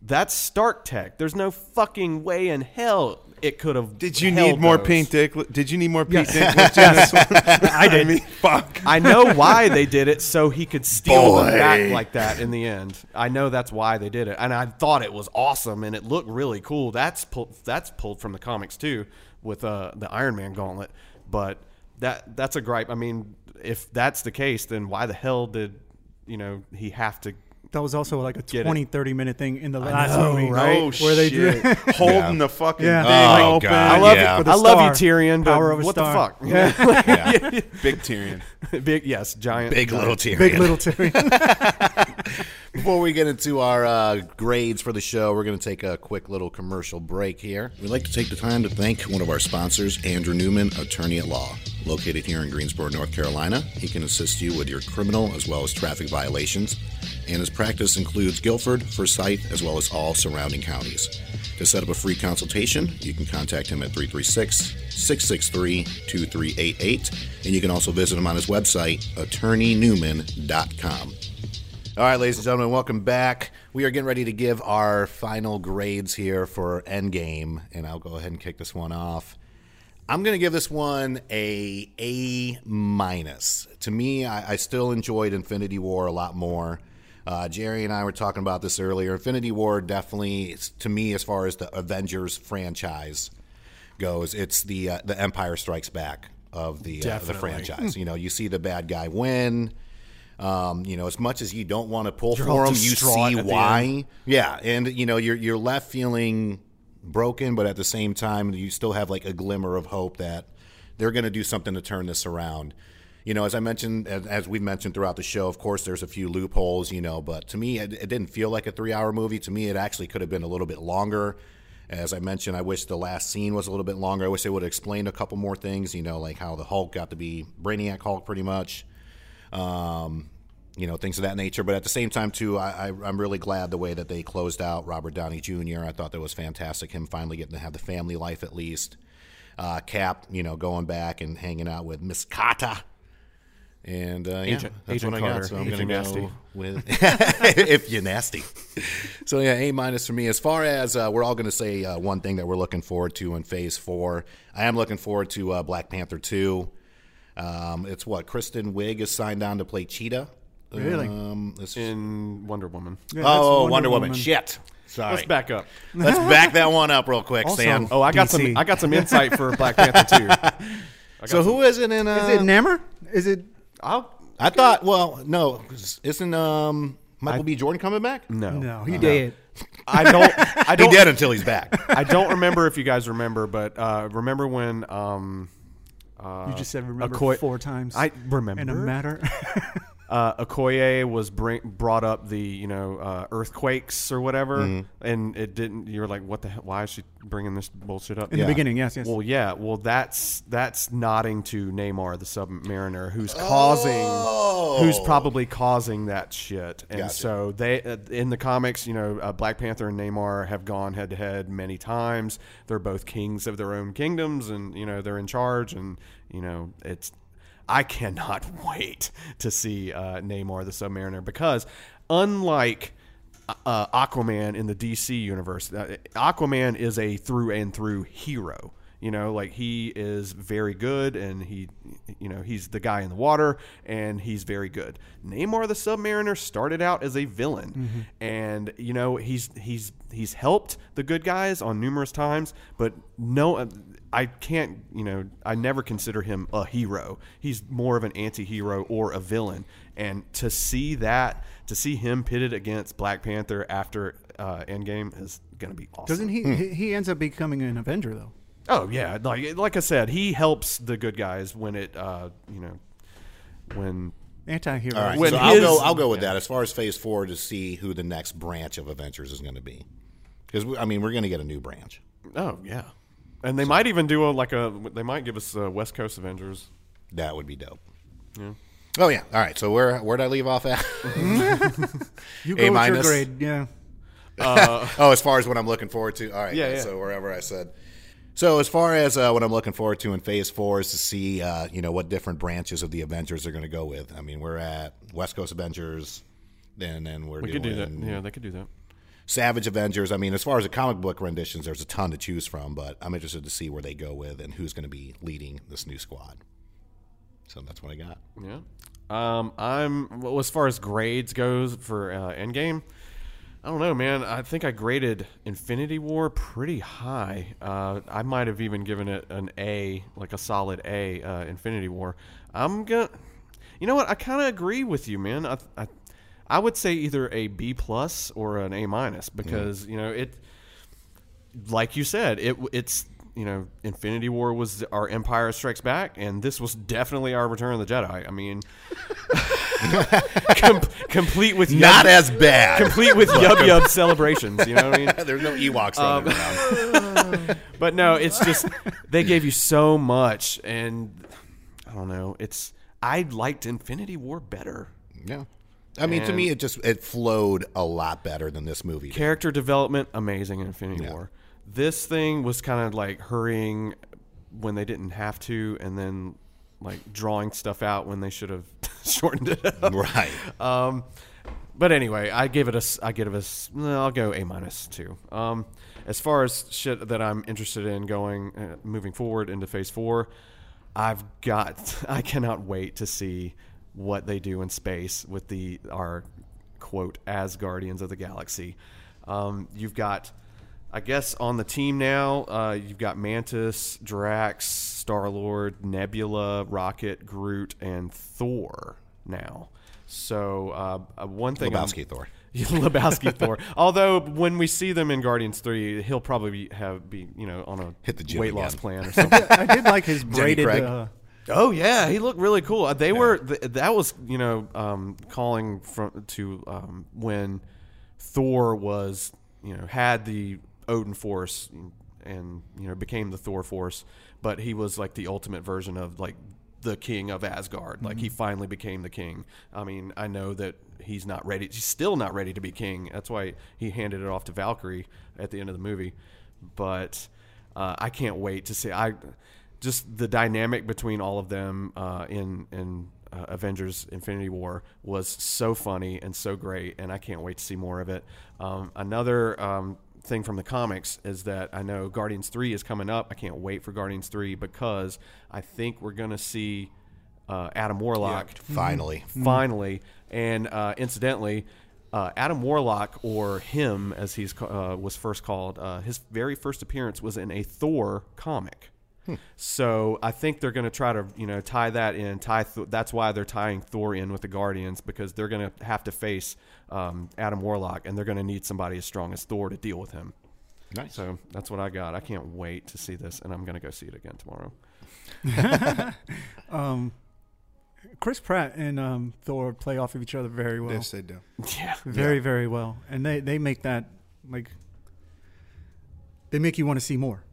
That's Stark tech. There's no fucking way in hell it could have. Did you need more Pete Dick? Did you need more Pete Dinklage? I did. I mean, fuck. I know why they did it so he could steal them Boy. back like that in the end. I know that's why they did it, and I thought it was awesome and it looked really cool. That's pulled, that's pulled from the comics too with uh, the Iron Man gauntlet, but that that's a gripe. I mean, if that's the case, then why the hell did you know he have to? That was also like a it. 20, 30 minute thing in the last movie, Right? Oh, Where they shit. do. Holding the fucking Yeah. Uh, thing Oh, open. God, I love yeah. you. With a I love you, star. Tyrion. But Power of a what star. the fuck? Yeah. Big Tyrion. Big yes, giant. Big little Tyrion. Big Little Tyrion. Before we get into our uh, grades for the show, we're going to take a quick little commercial break here. We'd like to take the time to thank one of our sponsors, Andrew Newman, attorney at law. Located here in Greensboro, North Carolina, he can assist you with your criminal as well as traffic violations, and his practice includes Guilford, Forsyth, as well as all surrounding counties. To set up a free consultation, you can contact him at 336 663 2388, and you can also visit him on his website, attorneynewman.com. All right, ladies and gentlemen, welcome back. We are getting ready to give our final grades here for Endgame, and I'll go ahead and kick this one off. I'm going to give this one a A minus. To me, I, I still enjoyed Infinity War a lot more. Uh, Jerry and I were talking about this earlier. Infinity War definitely, is- to me, as far as the Avengers franchise goes, it's the uh, the Empire Strikes Back of the uh, the franchise. You know, you see the bad guy win. Um, you know, as much as you don't want to pull for all him, you distraught see at the why. Yeah, and you know, you're you're left feeling broken, but at the same time, you still have like a glimmer of hope that they're going to do something to turn this around. You know, as I mentioned, as, as we've mentioned throughout the show, of course, there's a few loopholes. You know, but to me, it, it didn't feel like a three-hour movie. To me, it actually could have been a little bit longer. As I mentioned, I wish the last scene was a little bit longer. I wish they would have explained a couple more things. You know, like how the Hulk got to be Brainiac Hulk, pretty much um, you know, things of that nature. But at the same time, too, I, I, I'm really glad the way that they closed out Robert Downey Jr. I thought that was fantastic. Him finally getting to have the family life at least. Uh, Cap, you know, going back and hanging out with Miss Kata. And uh, yeah, Agent- that's Agent what I Carter, got. So I'm if going to go you're nasty. with if you're nasty. So yeah, A minus for me. As far as uh, we're all going to say uh, one thing that we're looking forward to in Phase Four. I am looking forward to uh, Black Panther Two. Um, it's what Kristen Wiig is signed on to play Cheetah. Really? Um, it's- in Wonder Woman. Yeah, that's oh, Wonder, Woman. Shit. Sorry. Let's back up. Let's back that one up real quick, Also- Sam. Oh, I got DC. some. I got some insight for Black Panther too. so who is it in? Uh, Is it Namor? Is it? I'll, I thought. Well, no, 'cause isn't um, Michael B. Jordan coming back? no, No, he did. I don't. I He don't. did until he's back. I don't remember if you guys remember, but uh, remember when? Um, uh, You just said remember Okoye- four times. I remember. In a matter. uh, Okoye was bring, brought up the you know uh, earthquakes or whatever, Mm-hmm. and it didn't. You were like, what the? hell? Why is she bringing this bullshit up? In the beginning, yes, yes. Well, yeah. Well, that's that's nodding to Neymar the Submariner, who's causing, who's probably causing that shit. And Gotcha. so they uh, in the comics, you know, uh, Black Panther and Neymar have gone head to head many times. They're both kings of their own kingdoms, and you know they're in charge. And you know it's, I cannot wait to see uh, Neymar the Submariner because unlike uh, Aquaman in the DC universe. Uh, Aquaman is a through and through hero. You know, like he is very good, and he, you know, he's the guy in the water, and he's very good. Namor the Submariner started out as a villain, and you know he's he's he's helped the good guys on numerous times, but no, I can't, you know, I never consider him a hero. He's more of an anti-hero or a villain, and to see that, to see him pitted against Black Panther after uh, Endgame is gonna be awesome. Doesn't he, he? He ends up becoming an Avenger though. Oh yeah, like like I said, he helps the good guys when it, uh, you know, when Anti-hero. All right, When so I'll his- go. I'll go with that as far as Phase Four to see who the next branch of Avengers is going to be, because I mean we're going to get a new branch. oh yeah, and they might even do a like a they might give us a West Coast Avengers. That would be dope. Oh yeah. All right. So where where would I leave off at? You A go with your minus. grade. Yeah. oh, as far as what I'm looking forward to. All right. Yeah, guys, yeah. So wherever I said. So as far as uh, what I'm looking forward to in Phase Four is to see, uh, you know, what different branches of the Avengers are going to go with. I mean, we're at West Coast Avengers, and then we're We doing could do that. Yeah, they could do that. Savage Avengers. I mean, as far as the comic book renditions, there's a ton to choose from, but I'm interested to see where they go with and who's going to be leading this new squad. So that's what I got. Yeah. Um, I'm well, as far as grades goes for uh, Endgame. I don't know, man. I think I graded Infinity War pretty high. Uh, I might have even given it an A, like a solid A. Uh, Infinity War. I'm gonna. You know what? I kind of agree with you, man. I, I, I would say either a B plus or an A minus because you know it like you said, it it's you know Infinity War was our Empire Strikes Back, and this was definitely our Return of the Jedi. I mean, com- complete with yub, Not as bad. complete with yub yub celebrations. You know what I mean? There's no Ewoks running around. But no, it's just they gave you so much, and I don't know. It's I liked Infinity War better. Yeah. I mean, to me, it just it flowed a lot better than this movie. did. Character development, amazing in Infinity War. This thing was kind of like hurrying when they didn't have to, and then like drawing stuff out when they should have shortened it up. Right. Um, but anyway, I gave it a. s- I give it a. s- no, I'll go a minus two. Um, as far as shit that I'm interested in going, uh, moving forward into phase four, I've got. I cannot wait to see what they do in space with the our quote as Guardians of the Galaxy. Um, you've got, I guess, on the team now. Uh, you've got Mantis, Drax, Star Lord, Nebula, Rocket, Groot, and Thor now. So uh, uh, one thing I'm- Lebowski Thor. Lebowski Thor. Although when we see them in Guardians Three, he'll probably be, have be you know on a Hit the gym weight loss again. plan or something. I did like his braided. Craig. Uh, oh yeah, he looked really cool. Uh, They were th- that was you know um, calling from to um, when Thor was you know had the Odin force and you know became the Thor force, but he was like the ultimate version of like the king of Asgard. Like he finally became the king. I mean, I know that he's not ready. He's still not ready to be king. That's why he handed it off to Valkyrie at the end of the movie. But uh, I can't wait to see. I just the dynamic between all of them uh, in in uh, Avengers: Infinity War was so funny and so great, and I can't wait to see more of it. Um, another um, thing from the comics is that I know Guardians Three is coming up. I can't wait for Guardians Three because I think we're gonna see uh, Adam Warlock Finally. finally. And uh, incidentally, uh, Adam Warlock, or him as he's ca- uh, was first called, uh, his very first appearance was in a Thor comic. So I think they're going to try to you know tie that in. Tie Th- that's why they're tying Thor in with the Guardians because they're going to have to face um, Adam Warlock and they're going to need somebody as strong as Thor to deal with him. Nice. So that's what I got. I can't wait to see this, and I'm going to go see it again tomorrow. Chris Pratt and um, Thor play off of each other very well. Yes, they do. Yeah. very very well and they they make that like they make you want to see more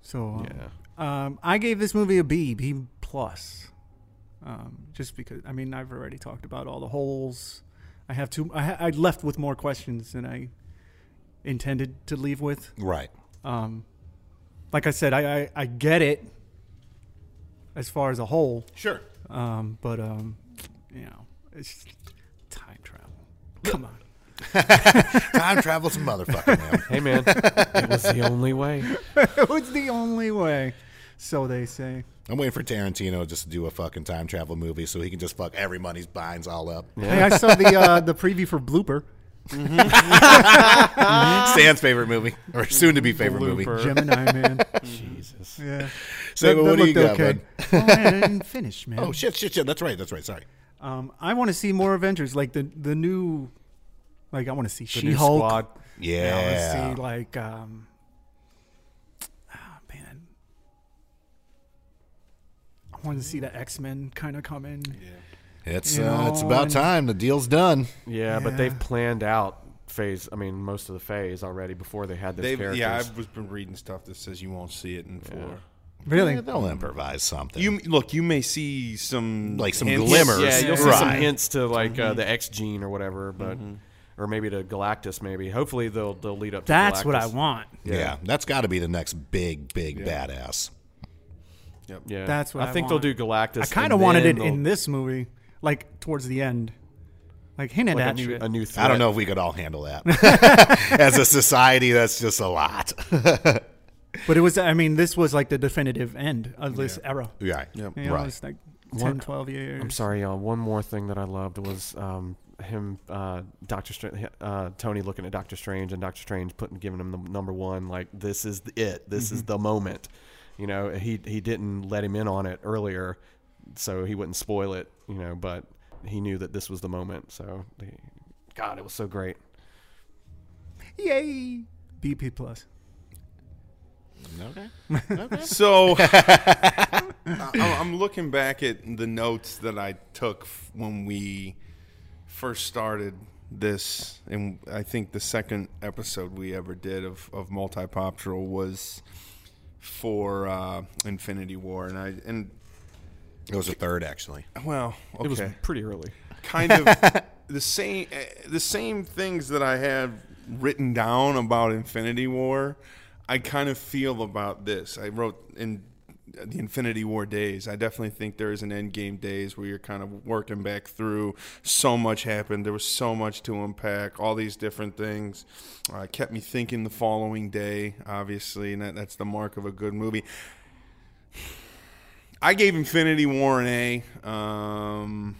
so Yeah. um, um, i gave this movie a b b plus um, just because i mean i've already talked about all the holes i have two i, ha- I left with more questions than i intended to leave with Right. um, like i said I, I i get it as far as a whole Sure. um, but um, you know it's time travel come on Time travel's a motherfucker, man. Hey man, it was the only way. it was the only way. So they say. I'm waiting for Tarantino just to do a fucking time travel movie so he can just fuck everybody's binds all up. Hey, I saw the uh, the preview for Blooper. Stan's favorite movie, or soon to be favorite movie. Gemini Man. Jesus. Yeah. So, That- but that what do you got, looked bud? oh, man, I didn't finish, man. Oh shit, shit, shit. That's right. That's right. Sorry. Um, I want to see more Avengers, like the the new, like I want to see The new She-Hulk. squad. I Yeah. want to see like, um, ah, man, I want to see the X-Men kind of come in. It's You uh, it's know, about and- time. The deal's done. Yeah, but Yeah. they've planned out phase. I mean, most of the phase already before they had those They've, characters. yeah, I've was been reading stuff that says you won't see it in four. Really? Yeah, they'll improvise something. You look, you may see some Like some hints. glimmers. yeah, you'll see Right. some hints to like uh, the X gene or whatever, but or maybe to Galactus. Maybe hopefully they'll they'll lead up. to Mm-hmm. That's what I Galactus. want. Yeah, that's got to be the next big, big badass. Yeah, That's what I think want. they'll do Galactus. I kind of and wanted then it they'll- in this movie, like towards the end, like hint at like a that. new, shit. a new I don't threat. know if we could all handle that. As a society, that's just a lot. But it was, I mean, this was like the definitive end of this era. right. You know, Right. It's like 10, 12 years. I'm sorry, y'all. One more thing that I loved was um, him, uh, Doctor Strange, uh, Tony looking at Doctor Strange, and Doctor Strange putting giving him the number one. Like this is the it. This is the moment. You know, he he didn't let him in on it earlier, so he wouldn't spoil it. You know, but he knew that this was the moment. So, they- God, it was so great. Yay. BP plus. So I- I'm looking back at the notes that I took f- when we first started this, and I think the second episode we ever did of of Multipoptural was for uh, Infinity War, and I and It was a third, actually. well, okay It was pretty early. kind of the same eh, the same things that I have written down about Infinity War. I kind of feel about this. I wrote in the Infinity War days. I definitely think there is an end game days where you're kind of working back through. So much happened. There was so much to unpack. All these different things uh, kept me thinking the following day. Obviously, and that, that's the mark of a good movie. I gave Infinity War an A. Um,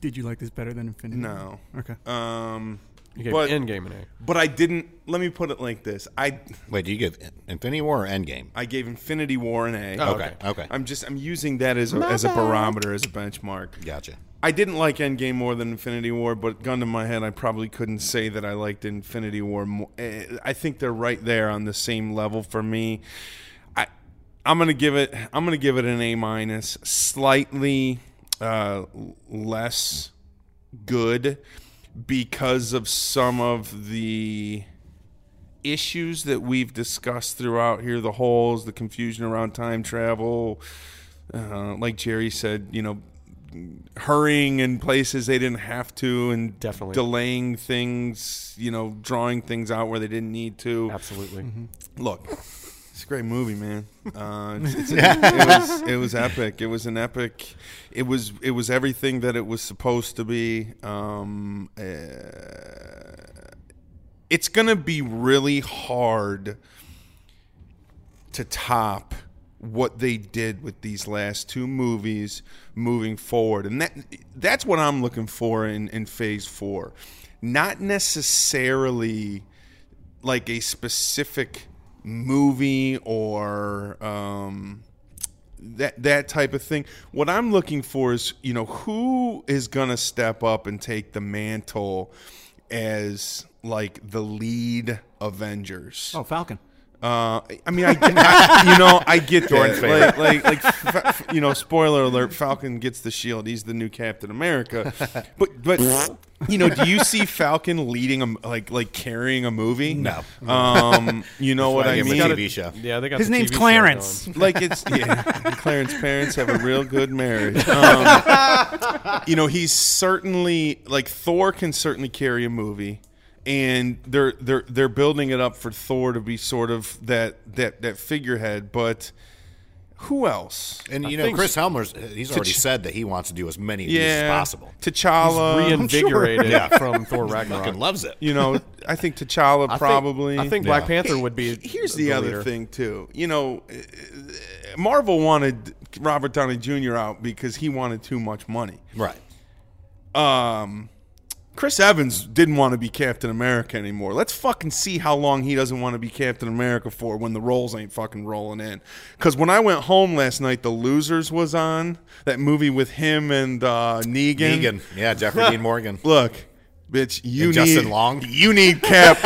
Did you like this better than Infinity? War? no. Okay. Um, You gave But- Endgame an A. but I didn't. Let me put it like this: I Wait, do you give Infinity War or Endgame? I gave Infinity War an A. Oh, okay. Okay. I'm just I'm using that as a, as a barometer as a benchmark. Gotcha. I didn't like Endgame more than Infinity War, but gun to my head, I probably couldn't say that I liked Infinity War more. I think they're right there on the same level for me. I I'm gonna give it I'm gonna give it an A minus, slightly uh, less good because of some of the issues that we've discussed throughout here the holes the confusion around time travel uh, like jerry said you know hurrying in places they didn't have to and Definitely. delaying things you know drawing things out where they didn't need to Absolutely. look it's a great movie man uh, it's- it's- it, was, it was epic it was an epic it was it was everything that it was supposed to be um, uh, it's gonna be really hard to top what they did with these last two movies moving forward and that that's what i'm looking for in, in phase four not necessarily like a specific movie or um, that that type of thing. What I'm looking for is you know who is gonna step up and take the mantle as like the lead Avengers. Oh, Falcon. Uh, I mean, I, I- you know, I get that. Faye. Like, like, like, fa- f- you know, spoiler alert: Falcon gets the shield. He's the new Captain America. But, but, you know, do you see Falcon leading a like, like carrying a movie? No. Um, you know what Why I give him mean? a TV show. Yeah, they got His the name's TV show Clarence. going. like it's yeah, Clarence parents have a real good marriage. Um, you know, he's certainly like Thor can certainly carry a movie, and they're they're they're building it up for Thor to be sort of that that that figurehead. But who else? And you know, Chris Helmer's uh, he's already said that he wants to do as many of these as possible. T'Challa. Reinvigorated Yeah. from Thor Ragnarok. Fucking loves it. you know, I think T'Challa I think- probably. I think Black Yeah. Panther would be. Here's the, other leader. thing too. You know, uh, Marvel wanted Robert Downey Jr. out because he wanted too much money. Right. um, Chris Evans didn't want to be Captain America anymore. Let's fucking see how long he doesn't want to be Captain America for when the roles ain't fucking rolling in. Because when I went home last night, The Losers was on that movie with him and uh, Negan. Negan. Yeah, Jeffrey Dean Morgan. Look, bitch, you And need Justin Long. You need Cap.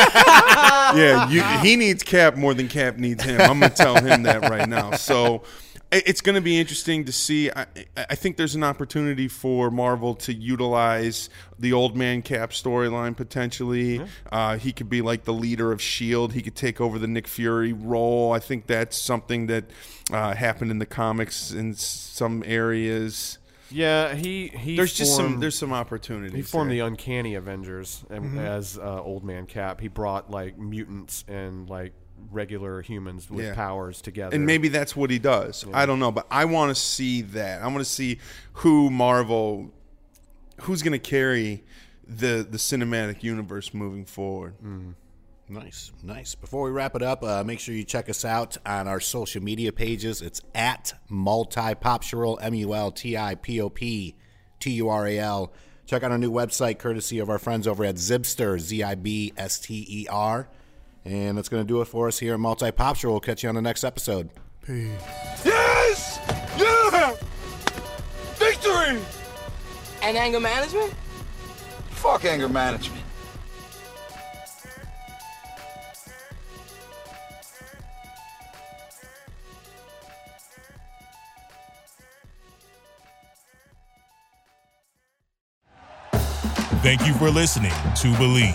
yeah, you, he needs Cap more than Cap needs him. I'm gonna tell him that right now. So i- it's gonna be interesting to see. I, I I think there's an opportunity for Marvel to utilize the old man Cap storyline potentially. Uh, he could be like the leader of Shield. E He could take over the Nick Fury role. I think that's something that uh, happened in the comics in s- some areas. Yeah, he he. There's just some Mm-hmm. formed- there's some opportunities. He formed there. the Uncanny Avengers and, as uh, Old Man Cap. He brought like mutants and like regular humans with Yeah. powers together. and maybe that's what he does. I don't know, but I want to see that. I want to see who Marvel, who's going to carry the the cinematic universe moving forward. Nice, nice. Before we wrap it up, uh, make sure you check us out on our social media pages. It's at Multipoptural, M U L T I P O P T U R A L. Check out our new website, courtesy of our friends over at Zibster, Z I B S T E R. And that's going to do it for us here at Multipoptural. We'll catch you on the next episode. Yes! Yeah! Victory! And anger management? Fuck anger management. Thank you for listening to Believe.